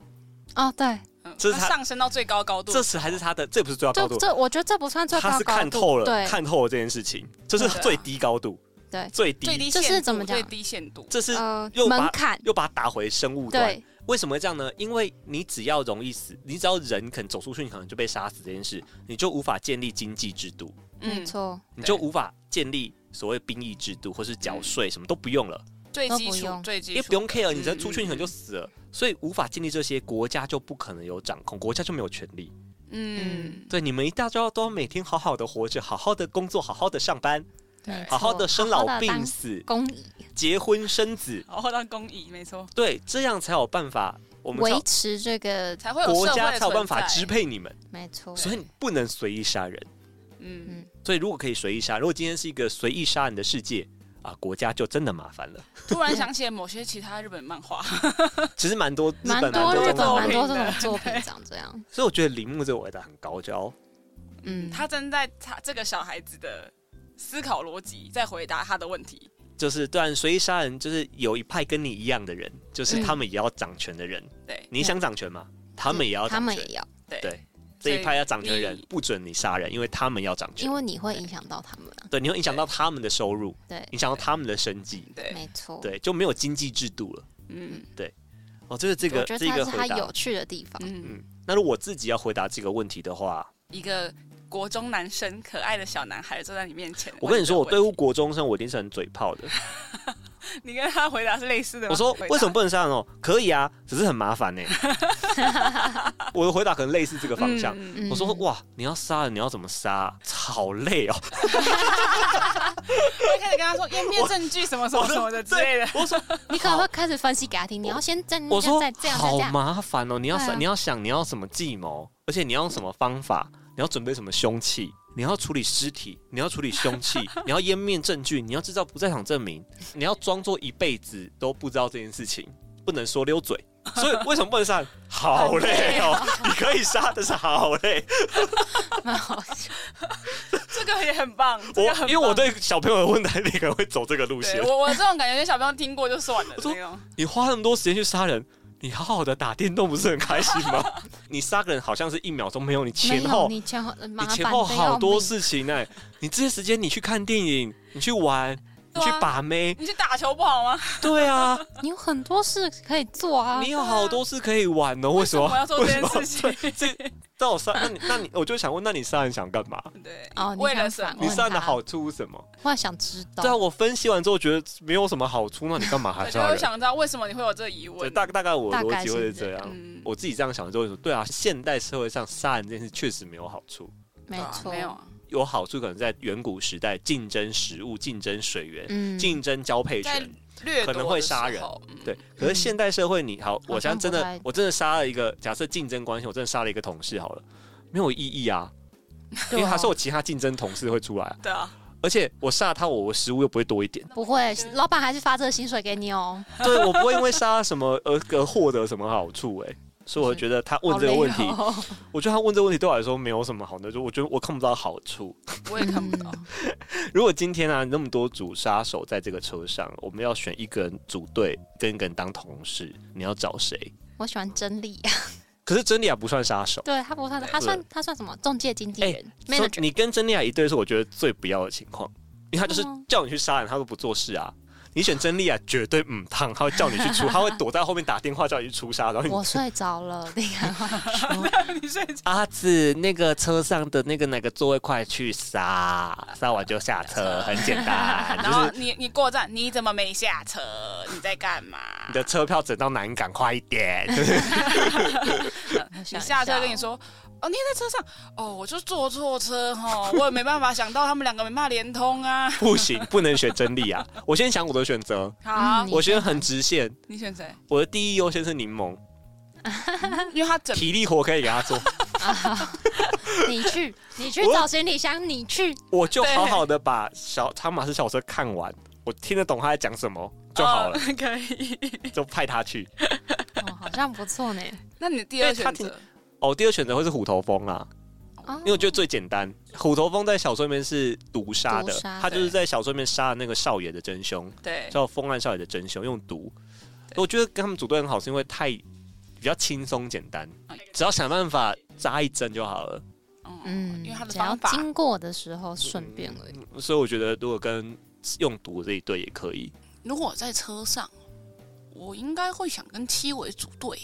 哦，对，嗯这是他他上升到最高高度，这是还是他的，这不是最高高这度，这我觉得这不算最高高他是度，看透了，对看透了这件事情，这是最低高度，对啊最最低，低这限是度，怎么讲最低限度，这是呃又把门槛，又把它打回生物端。对为什么会这样呢？因为你只要容易死，你只要人肯走出去，你可能就被杀死这件事，你就无法建立经济制度。嗯没错，你就无法建立所谓兵役制度或是缴税，什么都不用了，最基都不础用，最基础，也不用 care，你只要嗯出去你可能就死了，所以无法建立这些，国家就不可能有掌控，国家就没有权利。嗯，对，你们一大家都要每天好好的活着，好好的工作，好好的上班，没错好好的生老好好病地死，当公益结婚生子，然后当公益，没错，对，这样才有办法，我 们才维有持这个，才会有国社会家的才有办法存在支，配你们，没错，所以你不能随意杀人。嗯，所以如果可以随意杀，如果今天是一个随意杀人的世界啊，国家就真的麻烦了。突然想起了某些其他日本漫画，其实蛮多日蛮本多这日种本作蛮多品这的种作品长这样，所以我觉得铃木这个回答很高招，嗯，他站在他这个小孩子的思考逻辑在回答他的问题，就是对然随意杀人，就是有一派跟你一样的人，就是嗯他们也要掌权的人。对你想掌权吗？他们也要他掌们权也。要，对对这一派要掌权的人所以你不准你杀人，因为他们要掌权因。为你会影响到他们啊，对，你会影响到他们的收入，对，影响到他们的生计，对，没错，对，就没有经济制度了。嗯哦，这是这个我觉得这一它个是回它答。有趣的地 方，嗯。那如果我自己要回答这个问题的话，一个国中男生，可爱的小男孩坐在你面前。我跟你说，我对问于国中生我一定是很嘴炮的。你跟他回答是类似的吗？我说啊回答为什么不能杀人哦？可以啊，只是很麻烦呢、我的回答可能类似这个方向。嗯嗯我说哇，你要杀人，你要怎么杀啊？好累哦！我一开始跟他 说湮灭证据什么什么什么的之类的，我说你可能会开始分析给他听，嗯你要先这样，我说再这样，再好这样，麻烦哦，你要对啊想、你要想你要什么计谋，而且你要用什么方法，你要准备什么凶器，你要处理尸体，你要处理凶 器，你要湮灭证据，你要制造不在场证明，你要装作一辈子都不知道这件事情，不能说溜嘴。所以为什么不能 杀人？好累哦，你可以杀，但是好 累。蛮好笑。这个也很棒，这我个很棒因为我对小朋友的问答，你可能会走这个路线对。我我这种感觉，小朋友听过就算了我说那种。你花那么多时间去杀人，你好好的打电动不是很开心吗？你杀个人好像是一秒钟没有，你没前有后你前后麻烦你前后得要好多命事情哎、你这些时间你去看电影，你去玩，你对去啊把妹，你去打球不好吗？对啊，你有很多事可以做啊你。有好多事可以玩哦，为什我么？要做这件事情？这那我杀，那你那你，我就想问，那你杀人想干嘛？对，哦你为想了什反么你问？杀人的他好处是什么？我也想知道对啊，我分析完之后觉得没有什么好处，那你干嘛还我就杀会人？想知道为什么你会有这个疑对问。大大概我大概逻辑会是是这这样。嗯，我自己这样想之后就说，对啊，现代社会上杀人这件事确实没有好处，没对啊错，没有，啊，有好处可能在远古时代竞争食物、竞争水源、嗯，竞争交配在权，掠夺可能会杀人的时候。嗯对。可是现代社会你，好，我现在真好像不的太，我真的杀了一个，假设竞争关系，我真的杀了一个同事好了，没有意义 啊，因对为啊他是我其他竞争同事会出来啊，对啊，而且我杀了他，我我食物又不会多 一点，不会，老板还是发这个薪水给你哦。对我不会因为杀了什么而而获得什么好处、哎。所以我觉得他问这个问题，好累哦我觉得他问这个问题对我来说没有什么好的，就我觉得我看不到好处。我也看不到。嗯如果今天啊，那么多组杀手在这个车上，我们要选一个人组队，跟一个人当同事，你要找谁？ 我喜欢真理， 可是真理啊不算杀手，对他不算，他算他算什么？中介经纪哎人所以，manager，你跟真理啊一队是我觉得最不要的情况，因为他就是嗯叫你去杀人，他都不做事啊。你选真理啊，绝对嗯烫，他会叫你去出，他会躲在后面打电话叫你去出杀，然后我你睡着了， 你看，你睡着阿紫那个车上的那个哪个座位快去杀，杀完就 下车，很简单，然后你你过站，你怎么没下车？你在干嘛？你的车票整到南港快一 点，我想你一下车跟你，说，哦，你也在车上，哦，我就坐错车 哈，我也没办法想到他们两个没办法连通啊。不行，不能选真理啊！我先想我的选择，好，你我先很直线，你选谁？我的第一优先是柠檬，因为他整体力活可以给他做，你去，你去 我找行李箱，你去，我就好好的把小汤马斯小车看完，我听得懂他在讲什么就好了，哦 可以。就派他去。哦，好像不错呢。那你的第二对他选挺择，哦，第二选择会是虎头蜂啦，哦 因为我觉得最简单。虎头蜂在小说里面是毒杀的毒杀，他就是对在小说里面杀了那个少爷的真凶，对，叫风暗少爷的真凶，用毒。我觉得跟他们组队很好，是因为太比较轻松简单，只要想办法扎一针就好了。嗯，嗯，因为他的只要方法，经过的时候顺便而已。所以我觉得如果跟用毒这一对也可以，如果我在车上，我应该会想跟七维组队，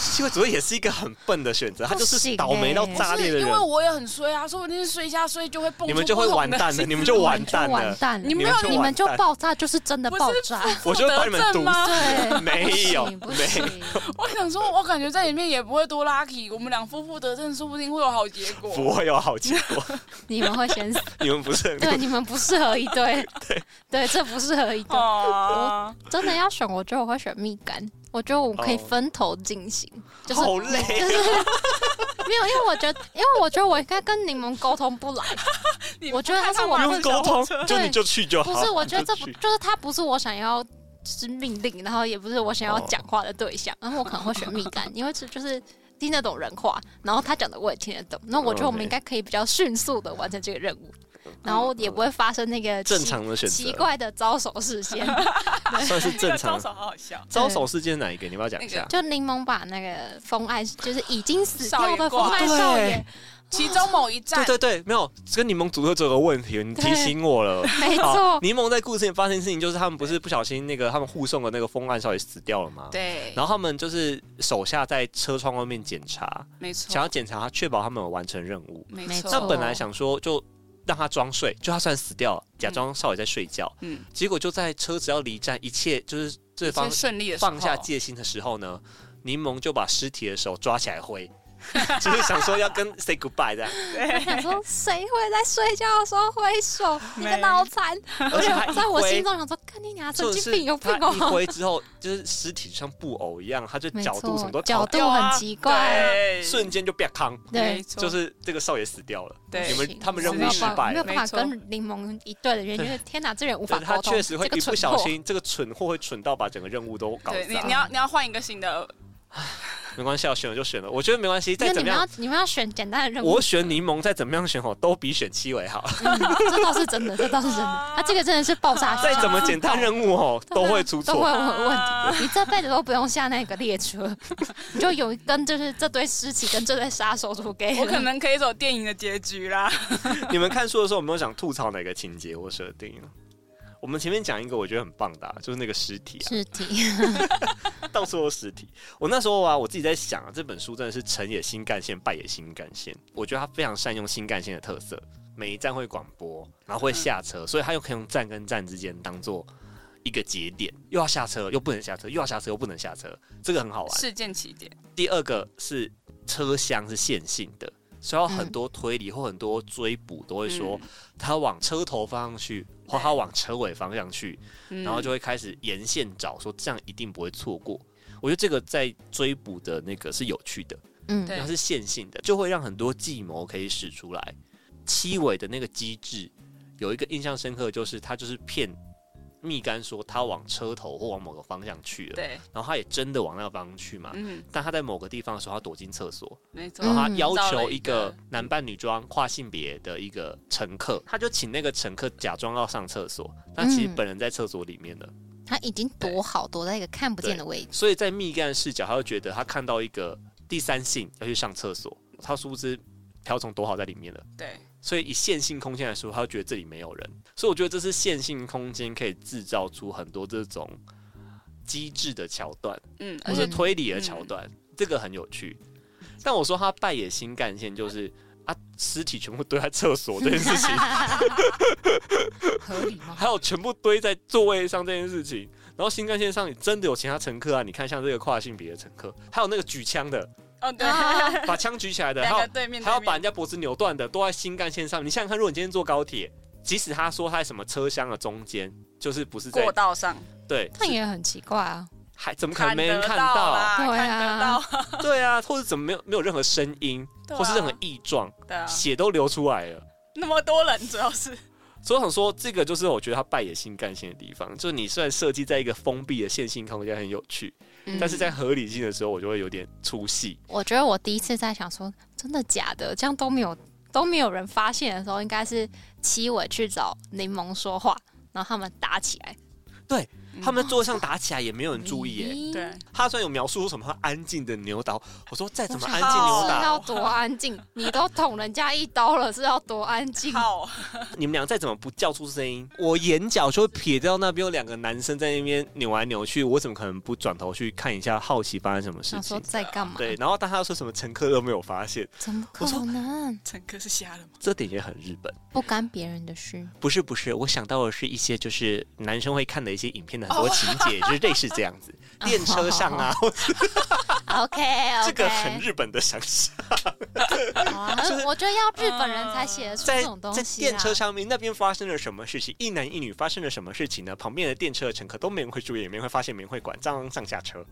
七位主任也是一个很笨的选择，他就不行是欸倒霉到炸是裂的因人为，我也很衰啊，说不定睡一下睡就会蹦出你们就会不同完蛋的了，你们就完蛋就完了，蛋了，你们没就有完蛋你们就爆炸，就是真的不是爆炸。我就会把你们毒死，对，没有不没行，不行 我想说，我感觉在里面也不会多 lucky，我们俩夫妇得正，说不定会有好结果。不会有好结果，你们会先 死，你们不是很对，你们不适合一 对，对，这不适合一对。啊，真的要选，我觉得我会选蜜柑，我觉得我可以哦分头进行，就是好累啊就是 没有，因为我觉得，因为我觉得我应该跟柠檬沟通不 来，你我觉得他是我不不用用沟通， 就对你就去就好。不是，我觉得这你就不去就是他不是我想要。是命令，然后也不是我想要哦讲话的对象，然后我可能会选蜜 柑，因为这就是听得懂人话，然后他讲的我也听得懂，那我觉得我们 OK 应该可以比较迅速的完成这个任务，然后也不会发生那个正奇常的选奇择，怪的招手事件，算是 招正常。手好好笑。招手事件是哪一个？你要不要讲一下？就柠檬把那个风爱，就是已经死少掉爷的风挂爱少爷，其中某一站对，对对，没有跟柠檬组合只有个问题，你提醒我了。没好错，柠檬在故事里发生的事情就是他们不是不小心那个他们护送的那个风暗少爷死掉了吗？。对，然后他们就是手下在车窗外面检查，没想错，要检查确保他们有完成任务。没没错，错那本来想说就让他装睡，就他虽然死掉了，假装少爷在睡觉，嗯，结果就在车子要离站，一切就是对方最顺利的时候放下戒心的时候呢，柠檬就把尸体的手抓起来挥， 就是想说要跟 say goodbye 这样，我想说，谁会在睡觉的时候挥 手？你个脑残！而且他一在我心挥，中想说，看你俩神就经是病有病他一哦！挥之后，就是尸体像布偶一样，他就没角度什么错都，角搞度掉很啊奇怪，对瞬间就变康，没对，错就是这个少爷死掉了，对你不行们他们任没务有失办法败没有了。办没法错跟柠檬一对的原因，就是天哪，这人无法对，沟他通，确实会这个一不蠢小货心，这个蠢货会蠢到把整个任务都搞对你砸你。要你要换一个新的， 没关系啊，选了就选了，我觉得没关系，因再为怎你么们样要，你们要选简单的任务我，选柠檬，再怎么样选好，都比选七尾好。嗯这倒是真的，这倒是真的。他这个真的是爆炸 啊再性，怎么简单任 务哦，都会出都会错。有问题。你这辈子都不用下那个列车， 你就有一根就是这堆尸体跟这堆杀手组给我可能可以走电影的结局啦。你们看书的时候有没有想吐槽哪个情节或设定啊？我们前面讲一个我觉得很棒的、啊，就是那个尸体尸体，啊，到处都是尸体。我那时候啊，我自己在想啊，这本书真的是成也新干线，败也新干线。我觉得它非常善用新干线的特色，每一站会广播，然后会下车，所以它又可以用站跟站之间当做一个节点，又要下车，又不能下车，又要下车，又不能下车，这个很好 玩。事件起点，第二个是车厢是线性的，所以有很多推理或很多追捕都会嗯说、他往车头方向去，或他往车尾方向去，嗯然后就会开始沿线找，说这样一定不会错过。我觉得这个在追捕的那个是有趣的，嗯，对它是线性的，就会让很多计谋可以使出来。七尾的那个机制有一个印象深刻，就是他就是骗蜜柑说他往车头或往某个方向去了，对，然后他也真的往那个方向去嘛。嗯，但他在某个地方的时候，他躲进厕所，没错然，后他嗯要造求了一一个个男扮女装、跨性别的一个乘客，他就请那个乘客假装要上厕所，但其实嗯本人在厕所里面的。他已经躲好，躲在一个看不见的位置。所以在蜜柑的视角，他就觉得他看到一个第三性要去上厕所，他殊不知瓢虫躲好在里面了。对，所以以线性空间来说，他就觉得这里没有人。所以我觉得这是线性空间可以制造出很多这种机智的桥段。嗯，而而且且嗯推理的桥段，这个很有趣。但我说他败野新干线就是啊，尸体全部堆在厕所这件事情，合理 吗？啊还有全部堆在座位上这件事情，然后新干线上真的有其他乘客啊，你看像这个跨性别的乘客，还有那个举枪的，哦对， 啊， 把枪举起来的，两还有个对面，还要把对人面家脖子扭断的，都在新干线上。你想想看，如果你今天坐高铁，即使他说他在什么车厢的中间，就是不是在过道上对，那也很奇怪啊。还怎么可能没人看看得到？啦对啊看得到，对啊，或者怎么没有没有任何声音，对啊 或是任何异状，对啊，血都流出来了。那么多人主要是所以我想说，这个就是我觉得它扮演新干线的地方，就是你虽然设计在一个封闭的线性空间很有趣，嗯但是在合理性的时候，我就会有点出戏。我觉得我第一次在想说，真的假的？这样都没有都没有人发现的时候，应该是七尾去找柠檬说话，然后他们打起来，嗯他们在桌上打起来也没有人注意耶。咦 对，他虽然有描述说什么他安静的扭打，我说再哎怎么我安静想扭是打，要多安静？你都捅人家一刀了，是要多安静？好，你们俩再怎么不叫出声音，我眼角就会瞥到那边有两个男生在那边扭来扭去，我怎么可能不转头去看一下，好奇发生什么事想说情？在干嘛？对，然后但他说什么乘客都没有发现，怎么可能？乘客是瞎了吗？这点也很日本。不干别人的事。不是不是，我想到的是一些就是男生会看的一些影片的很多情节，就是类似这样 子，电车上啊， OK，, 这个很日本的想象，就是我觉得要日本人才写得出在这种东在西、啊。电车上面那边发生了什么事情，一男一女发生了什么事情呢？旁边的电车的乘客都没人会注意，也没人会发现，没人会管，照样上 下车。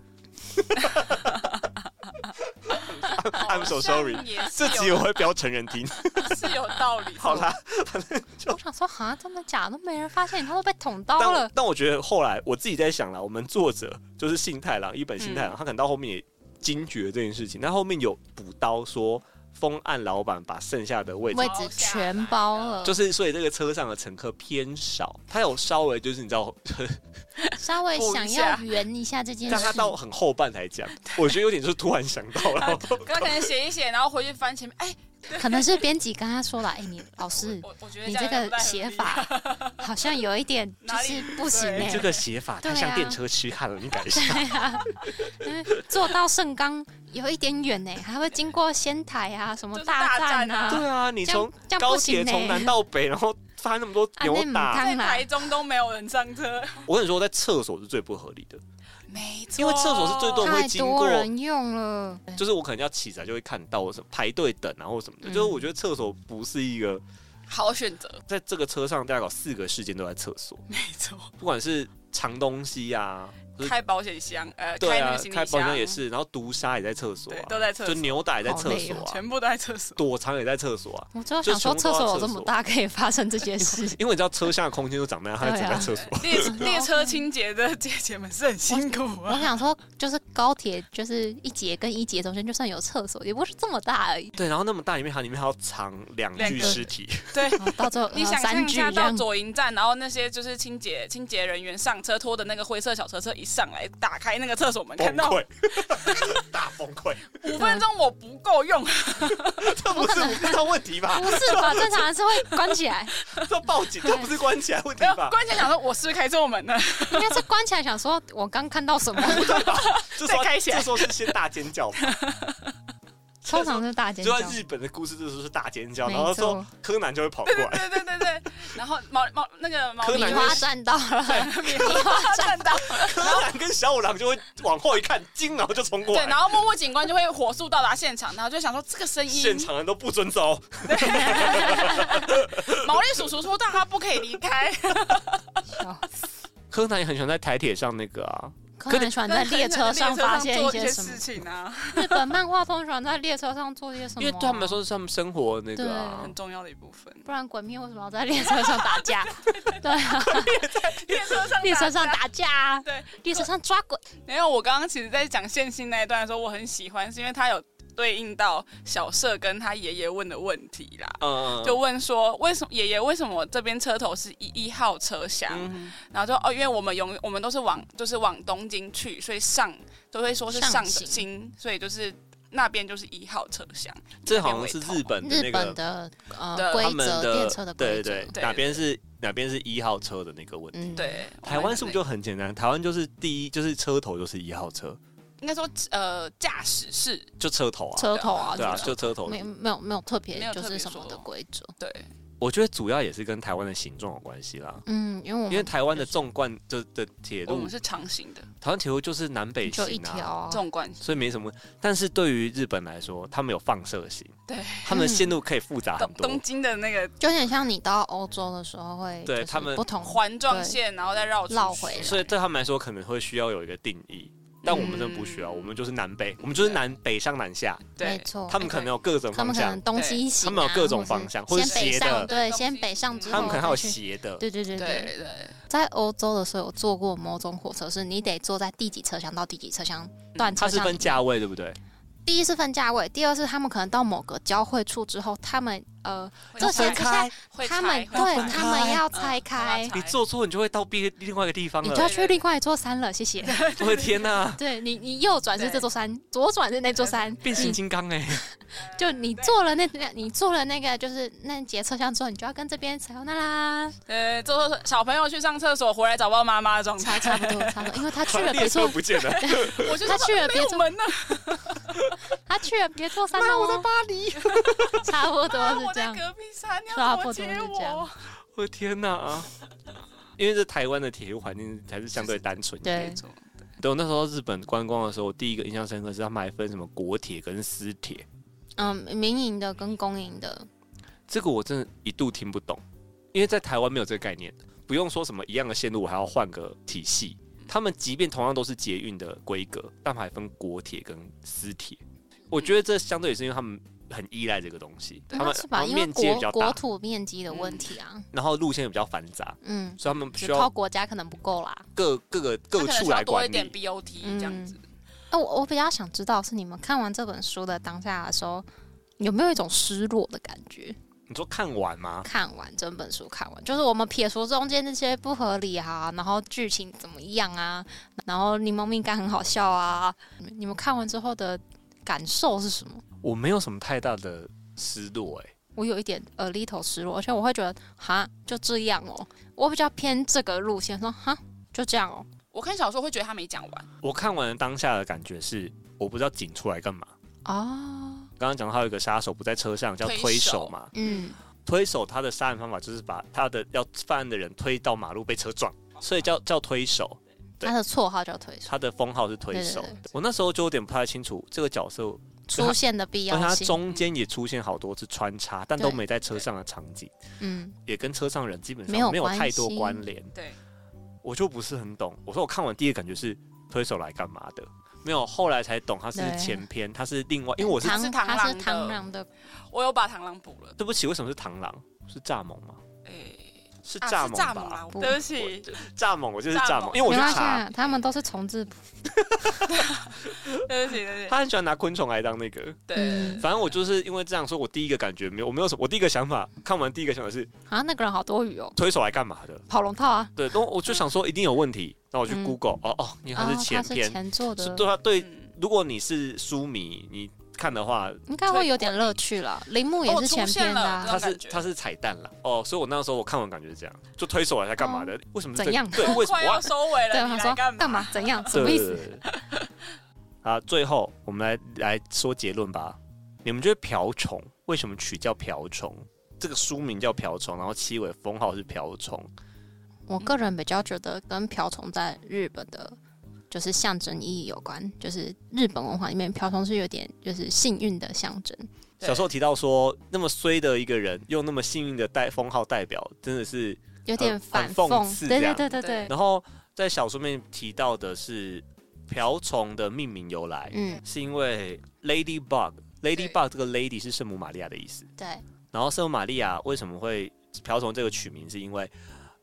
I'm so sorry，这集我会标成人啊听。是有道理。 好 啦，我想说，哈，真的假的？都没人发现你，他都被捅但刀我了。但我觉得后来我自己在想了，我们作者就是信太郎，一本嗯信太郎，他可能到后面也惊觉这件事情，但后面有补刀说封案老板把剩下的位置位。置全包了，就是，所以这个车上的乘客偏少，他有稍微就是你知道，稍微想要圆一下这件但事他。到很后半才讲，我觉得有点就是突然想到了， 刚刚可能写一写，然后回去翻前面，哎，可能是编辑跟他说了，哎、你老师，我我觉得你这样个不太合写理，法好像有一点就哪里是不行对哎、这个写法对太啊像电车痴汉了，你改一下。嗯做到盛冈有一点远呢、还会经过仙台啊，什么就是大大站站啊对 啊，你这样从这样高不行铁呢从南到北，然后发那么多啊扭那母打，汤在啦台中都没有人上车，我跟你说，在厕所是最不合理的，没错，因为厕所是最多人会太经过多人用了，就是我可能要起来就会看到我什么排队等啊或什么的，嗯就是我觉得厕所不是一个好选择，在这个车上大概有四个事件都在厕所，没错，不管是藏东西啊，不是开保险箱，呃，对那啊个行，李开箱包厢也，是，然后毒杀也在厕所对，啊，都在厕就所，扭打也在好厕累所哦啊，全部都在厕所，躲藏也在厕所啊，。我就想说厕所有这么大，可以发生这些事因为你知道车厢的空间就长那样，他在对整啊个厕所。列列车清洁的姐姐们是很辛苦我啊，想说，就是高铁，就是一节跟一节中间，就算有厕所，也不是这么大而已。对，然后那么大里面，它里面还要藏两两具个尸体， 对。哦到最后，你呃想象三一句下，一到样，左营站，然后那些就是清洁清洁人员上车拖的那个灰色小车车一上来，打开那个厕所门，崩看到溃，大崩溃， 五分钟我不够用，啊这不是这是问题吧？不是吧？正常人是会关起来，这报警，这不是关起来问题然后吧？关键想说我是不是开错门了， 应该是关起来，想说我刚看到什么，这时候再开起来 这时候是先大尖叫吧，通常是大就尖叫在。日本的故事，这时候是大尖叫，没然后错说柯南就会跑过对对来，对对对对，然后毛毛那个毛柯米 南花站到了，米花站 到，柯南跟小五郎就会往后一看，惊，然后就冲过对，来然。后默默警官就会火速到达现场，然后就想说这个声现音，场人都不准走，毛利叔叔说大家不可以离开，笑柯南也很喜欢在台铁上那个啊，柯南喜欢在列车上发现一做些什么事。情啊，日本漫画通常在列车上做些什么啊？因为对他们来说是他们生活的那个啊很，重要的一部分。不然鬼灭为什么要在列车上打架？对啊，列车上，列车上，打架啊，对，列车上抓鬼，没有。我刚刚其实，在讲线性那一段的时候，我很喜欢，是因为他有对应到小社跟他爷爷问的问题啦。嗯，就问说，为什么爷爷为什么这边车头是一一号车厢？嗯然后就哦，因为我们永我们都是往就是往东京去，所以上都会说是上上行京，所以就是那边就是一号车厢。这好像是日本的日那本个的呃对规他们则，列车的规对则对，对，对哪边是哪边是一号车的那个问题。嗯，对，台湾是不是就很简单？台湾就是第一就是车头就是一号车，应该说呃驾驶室就车头啊，车头啊，对啊，这就种车头没。没有没有特没别有就特是别什么说的规则，对，我觉得主要也是跟台湾的形状有关系啦，嗯，因为我因为们台湾的纵贯就的铁我路们，是长形的哦台湾铁路就是南北就一行条啊，啊，纵贯所以没什么。但是对于日本来说，他们有放射型，对，他们的线路可以复杂很东 多东。京的那个就有点像你到欧洲的时候会对就是他们不同环状线，然后再绕出去绕回来所以对他们来说，可能会需要有一个定义，但我们真的不需要，嗯我们就是南北，我们就是南北上南下，没对，错，他们可能有各种哦他方们可能向，东西行啊，他们有各种方向或或者者是先北斜的上，对，东西先北上之后，他们可能还有。斜的，对对对对对，对，在欧洲的时候有坐过某种火车，是你得坐在第几车厢到第几车厢嗯段车它是厢里面。分价位，对不对？第一是分价位，第二是他们可能到某个交汇处之后，他们呃，这些会可拆是在会他们拆会对拆他们要嗯拆开拆，你坐错，你就会到别另外一个地方你就要了。去另外一座山了，谢 谢。我的天哪、对你，你右转是这座山，左转是那座山， 变形你金刚哎、就你坐了那，你坐了那个就是那节车厢之后，你就要跟这边撒那 啦，呃，坐坐小朋友去上厕所回来找不到妈妈的 状差态，差不多差不多，因为他 去了别列座车，不见了，我就他去了别我座，们呢，他去了别座山哦，我在巴黎， 差不多是我这在样。隔壁山，你差要不怎多么是接这样我？我的天哪、因为这台湾的铁路环境还是相对单纯一点。对没错对，我那时候日本观光的时候，我第一个印象深刻是他们还分什么国铁跟私铁，嗯，民营的跟公营的，这个我真的一度听不懂，因为在台湾没有这个概念，不用说什么一样的线路，我还要换个体系。他们即便同样都是捷运的规格，但还分国铁跟私铁。我觉得这相对也是因为他们很依赖这个东西，他那们是他吧？们哦因为面积也比较国国大，土面积的问题啊，然后路线也比较繁杂，嗯，所以他们需就靠要国家可能不够啦。各各个他可各能需处要来多管一点理。 BOT 嗯这样子，那哦我我比较想知道是你们看完这本书的当下的时候，有没有一种失落的感觉？你说看完吗？看完整本书，看完就是我们撇除中间那些不合理啊，然后剧情怎么样啊，然后柠檬蜜感很好笑啊，你们看完之后的感受是什么？我没有什么太大的失落、欸，我有一点呃 little 失落，而且我会觉得哈就这样哦，我比较偏这个路线，说哈就这样哦，我看小说会觉得他没讲完，我看完当下的感觉是，我不知道紧出来干嘛。哦，刚刚讲到他有一个杀手不在车上，叫推推手手嘛，嗯，推手他的杀人方法就是把他的要犯案的人推到马路被车撞，哦所以叫叫推手。对他的绰号叫推手，他的封号是推手。对对我那时候就有点不太清楚这个角色，出现的必而且要他性，中间也出现好多次穿插，但都对没在车上的场景，嗯，也跟车上人基本没有上没有关太多系关联。对，我就不是很懂。我说我看完第一个感觉是推手来干嘛的？没有，后来才懂他是对前篇，他是另外，因为我是螳是螳他是螂的螳螂的，我有把螳螂补了，对不起，为什么是螳螂？是蚱蜢吗？啊诶，是啊蚱是蜢蚱吧？啦，不对不 起，蚱蜢，我就是蚱蚱蜢蜢，因为我没去关系查，啊，他们都是重置谱，对不起，对不起， 他很喜欢拿昆虫来当那个。对嗯，反正我就是因为这样说，我第一个感觉没有，我没有什么，我第一个想法，看完第一个想法是啊，那个人好多余哦，推手来干嘛的？跑龙套啊，对，都我就想说一定有问题，那我去嗯 Google，、哦哦，因为它哦是前篇，前作是的，对它对。嗯如果你是书迷，你看的话，应该会有点乐趣了。铃木也哦是出前现篇的啊了它种是感觉它是彩蛋了哦，所以我那时候我看完感觉是这样，就推手来他干嘛的？为什么是这哦怎样对， 为什么快要哇？收尾对，了，他你说来干嘛？干嘛？怎 样？ 什对么意思？？啊，最后我们来来说结论吧。你们觉得瓢虫为什么取叫瓢虫？这个书名叫瓢虫，然后七尾封号是瓢虫，我嗯个人比较觉得跟瓢虫在日本的，就是象征意义有关。就是日本文化里面，瓢虫是有点就是幸运的象征。对小时候提到说，那么衰的一个人，用那么幸运的代封号代表，真的是。有点很反呃很讽，讽刺对这对样对对对，然后在小说面提到的是瓢虫的命名由来，嗯，是因为 Ladybug。对 Ladybug 这个 lady 是圣母玛利亚的意思。对，然后圣母玛利亚为什么会瓢虫这个取名，是因为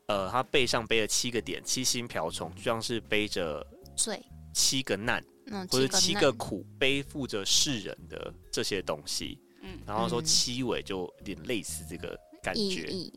呃，她背上背了七个点，七星瓢虫，就像是背着罪，七个难嗯，或者七七个个苦，背负着世人的这些东西。嗯然后说嗯七尾就有点类似这个感难意觉，义，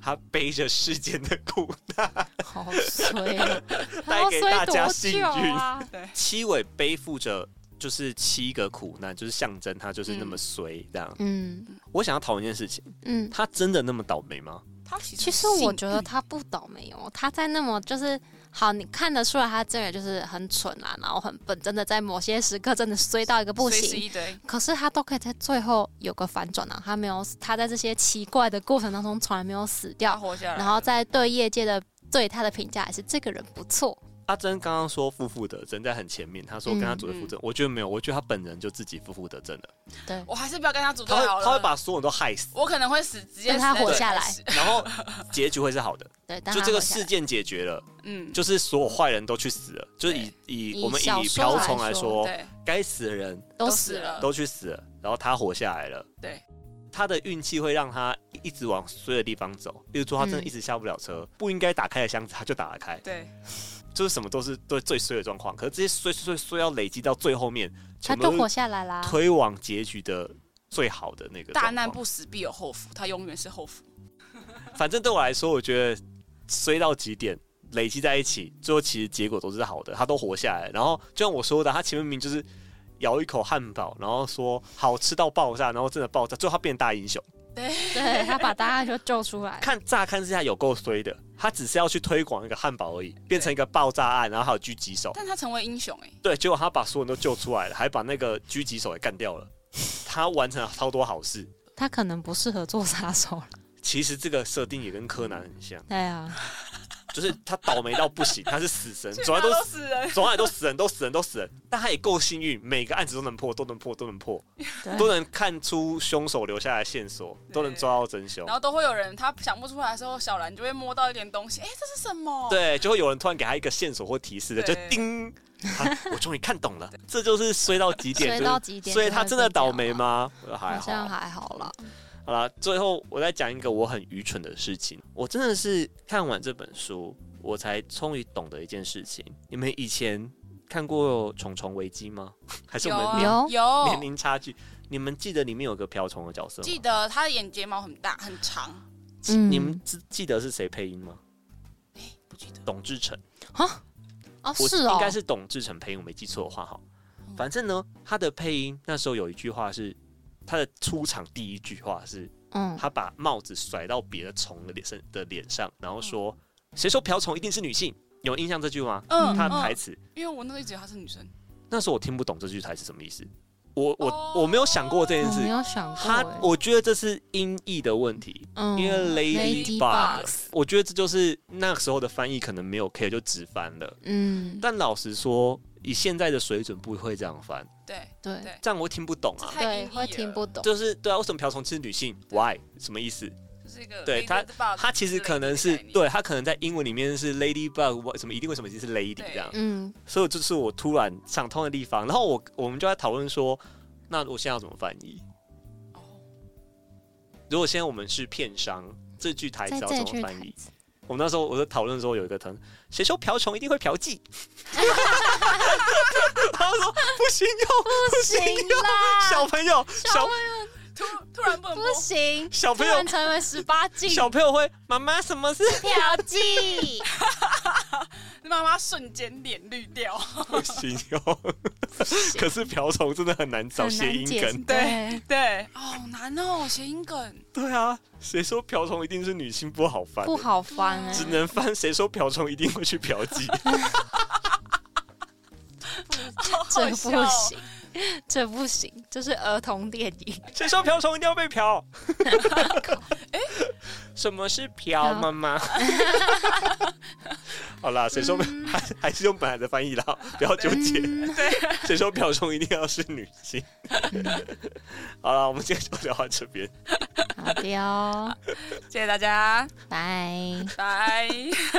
他背着世间的 苦难，好衰哦，带给大家幸运他要衰多久啊？对，七尾背负着就是七个苦难，就是象征他就是那么衰这样。 嗯我想要讨论一件事情，嗯，他真的那么倒霉吗？他其实嗯其实我觉得他不倒霉哦，他在那么就是好，你看得出来他这个人就是很蠢啦，然后很笨，真的在某些时刻真的衰到一个不随时行。一堆，可是他都可以在最后有个反转啊，他没有，他在这些奇怪的过程当中从来没有死他掉，活下来，然后在对业界的对他的评价也是这个人不错，阿珍刚刚说负负得正，在很前面，她说跟她组队嗯负正，我觉得没有，我觉得她本人就自己负负得正了，对，我还是不要跟他组队她会好了，她会把所有人都害死，我可能会死，直接但他死在活这下里来死然后结局会是 好的，对，但就他这个活下来事件解决了，嗯，就是所有坏人都去死了，就是以以以我们小以说瓢虫来来说说，对该死的人都都死死了，了都去死了，然后他活下来了。对，他的运气会让他一直往衰的地方走，例如说他真的嗯一直下不了车，不应该打开的箱子他就打得开，对，就是什么都是对最衰的状况。可是这些衰衰衰衰要累积到最后面，他全部就都活是下来啦。推往结局的最好的那个啊大状难况。不死必有后福，他永远是后福，反正对我来说，我觉得衰到极点。累积在一起，最后其实结果都是好的，他都活下来。然后就像我说的，他前面明明就是咬一口汉堡，然后说好吃到爆炸，然后真的爆炸，最后他变大英雄。对他把大家就救出来，看乍看之下有够衰的，他只是要去推广一个汉堡而已，变成一个爆炸案，然后还有狙击手。但他成为英雄哎，对，结果他把所有人都救出来了，还把那个狙击手也干掉了。他完成了超多好事。他可能不适合做杀手了。其实这个设定也跟柯南很像，对啊，就是他倒霉到不行，他是死神，去从哪来都都死死人，从来都死人，都死人，都死人。但他也够幸运，每个案子都能破，都能破，都能破，对都能看出凶手留下来的线索，都能抓到真凶然。后都会有人他想不出来的时候，小兰就会摸到一点东西，哎，这是什么？，对，就会有人突然给他一个线索或提示的，就对叮， 啊我终于看懂了，这就是衰到极点，衰就是到极点所以他真的倒霉就会这样啊吗？呃还好像好，还好啦。好啦，最后我再讲一个我很愚蠢的事情，我真的是看完这本书，我才终于懂得一件事情。你们以前看过《虫虫危机》吗？ 还是有我们啊年有年有，龄差距？你们记得里面有个瓢虫的角色吗？记得他的眼睫毛很大很长，嗯你们记记得是谁配音吗？不记得，董志成。哦，我是哦，应该是董志成配音，我没记错的话哈。反正呢，他的配音那时候有一句话是他的出场第一句话是，嗯，他把帽子甩到别的虫的脸身的脸上，然后说：“嗯谁说瓢虫一定是女性？”有印象这句吗？嗯他的台词，因为我那时候一直以为她是女生，那时候我听不懂这句台词什么意思，我我哦我没有想过这件我事没。哦有想过他欸，我觉得这是音译的问题，嗯因为 Ladybug Ladybug，我觉得这就是那时候的翻译可能没有 care 就直翻了。嗯，但老实说，以现在的水准不会这样翻，对，对对这样我会听不懂这啊。太对阴翳会了听不懂，就是对啊，为什么瓢虫是女性对？Why？什么意思？就是一个对 ladybug 他之类的它其实可能是概念，对它可能在英文里面是 ladybug，什么一定为什么一定是 lady 对这样，嗯所以这是我突然想通的地方。然后我我们就在讨论说，那我现在要怎么翻译？哦如果现在我们是片商，这句台词在要这怎么句翻台译？词，我们那时候我在讨论的时候有一个疼，谁说瓢虫一定会嫖妓？ 然后说不行哟，不行啦，小朋友，小突突然不能播不行，小不朋友能，成为十八禁小朋友会妈妈什么事？嫖 妓，妈妈瞬间脸绿掉，不行哟。可是瓢虫真的很难找很谐难音解释梗。对， 对，哦好难哦，谐音梗，对啊，谁说瓢虫一定是女性不好翻？不，好翻哎只，能翻谁说瓢虫一定会去嫖妓？ 这好不好笑哦行，这不行，这是儿童电影，谁说瓢虫一定要被嫖？ 什么是嫖嫖 妈妈？好啦，谁说、嗯还 还是用本来的翻译啦，不要纠结。对，谁说瓢虫一定要是女性？ 好了，我们今天就聊到这边。好的哦，谢谢大家， 拜。拜。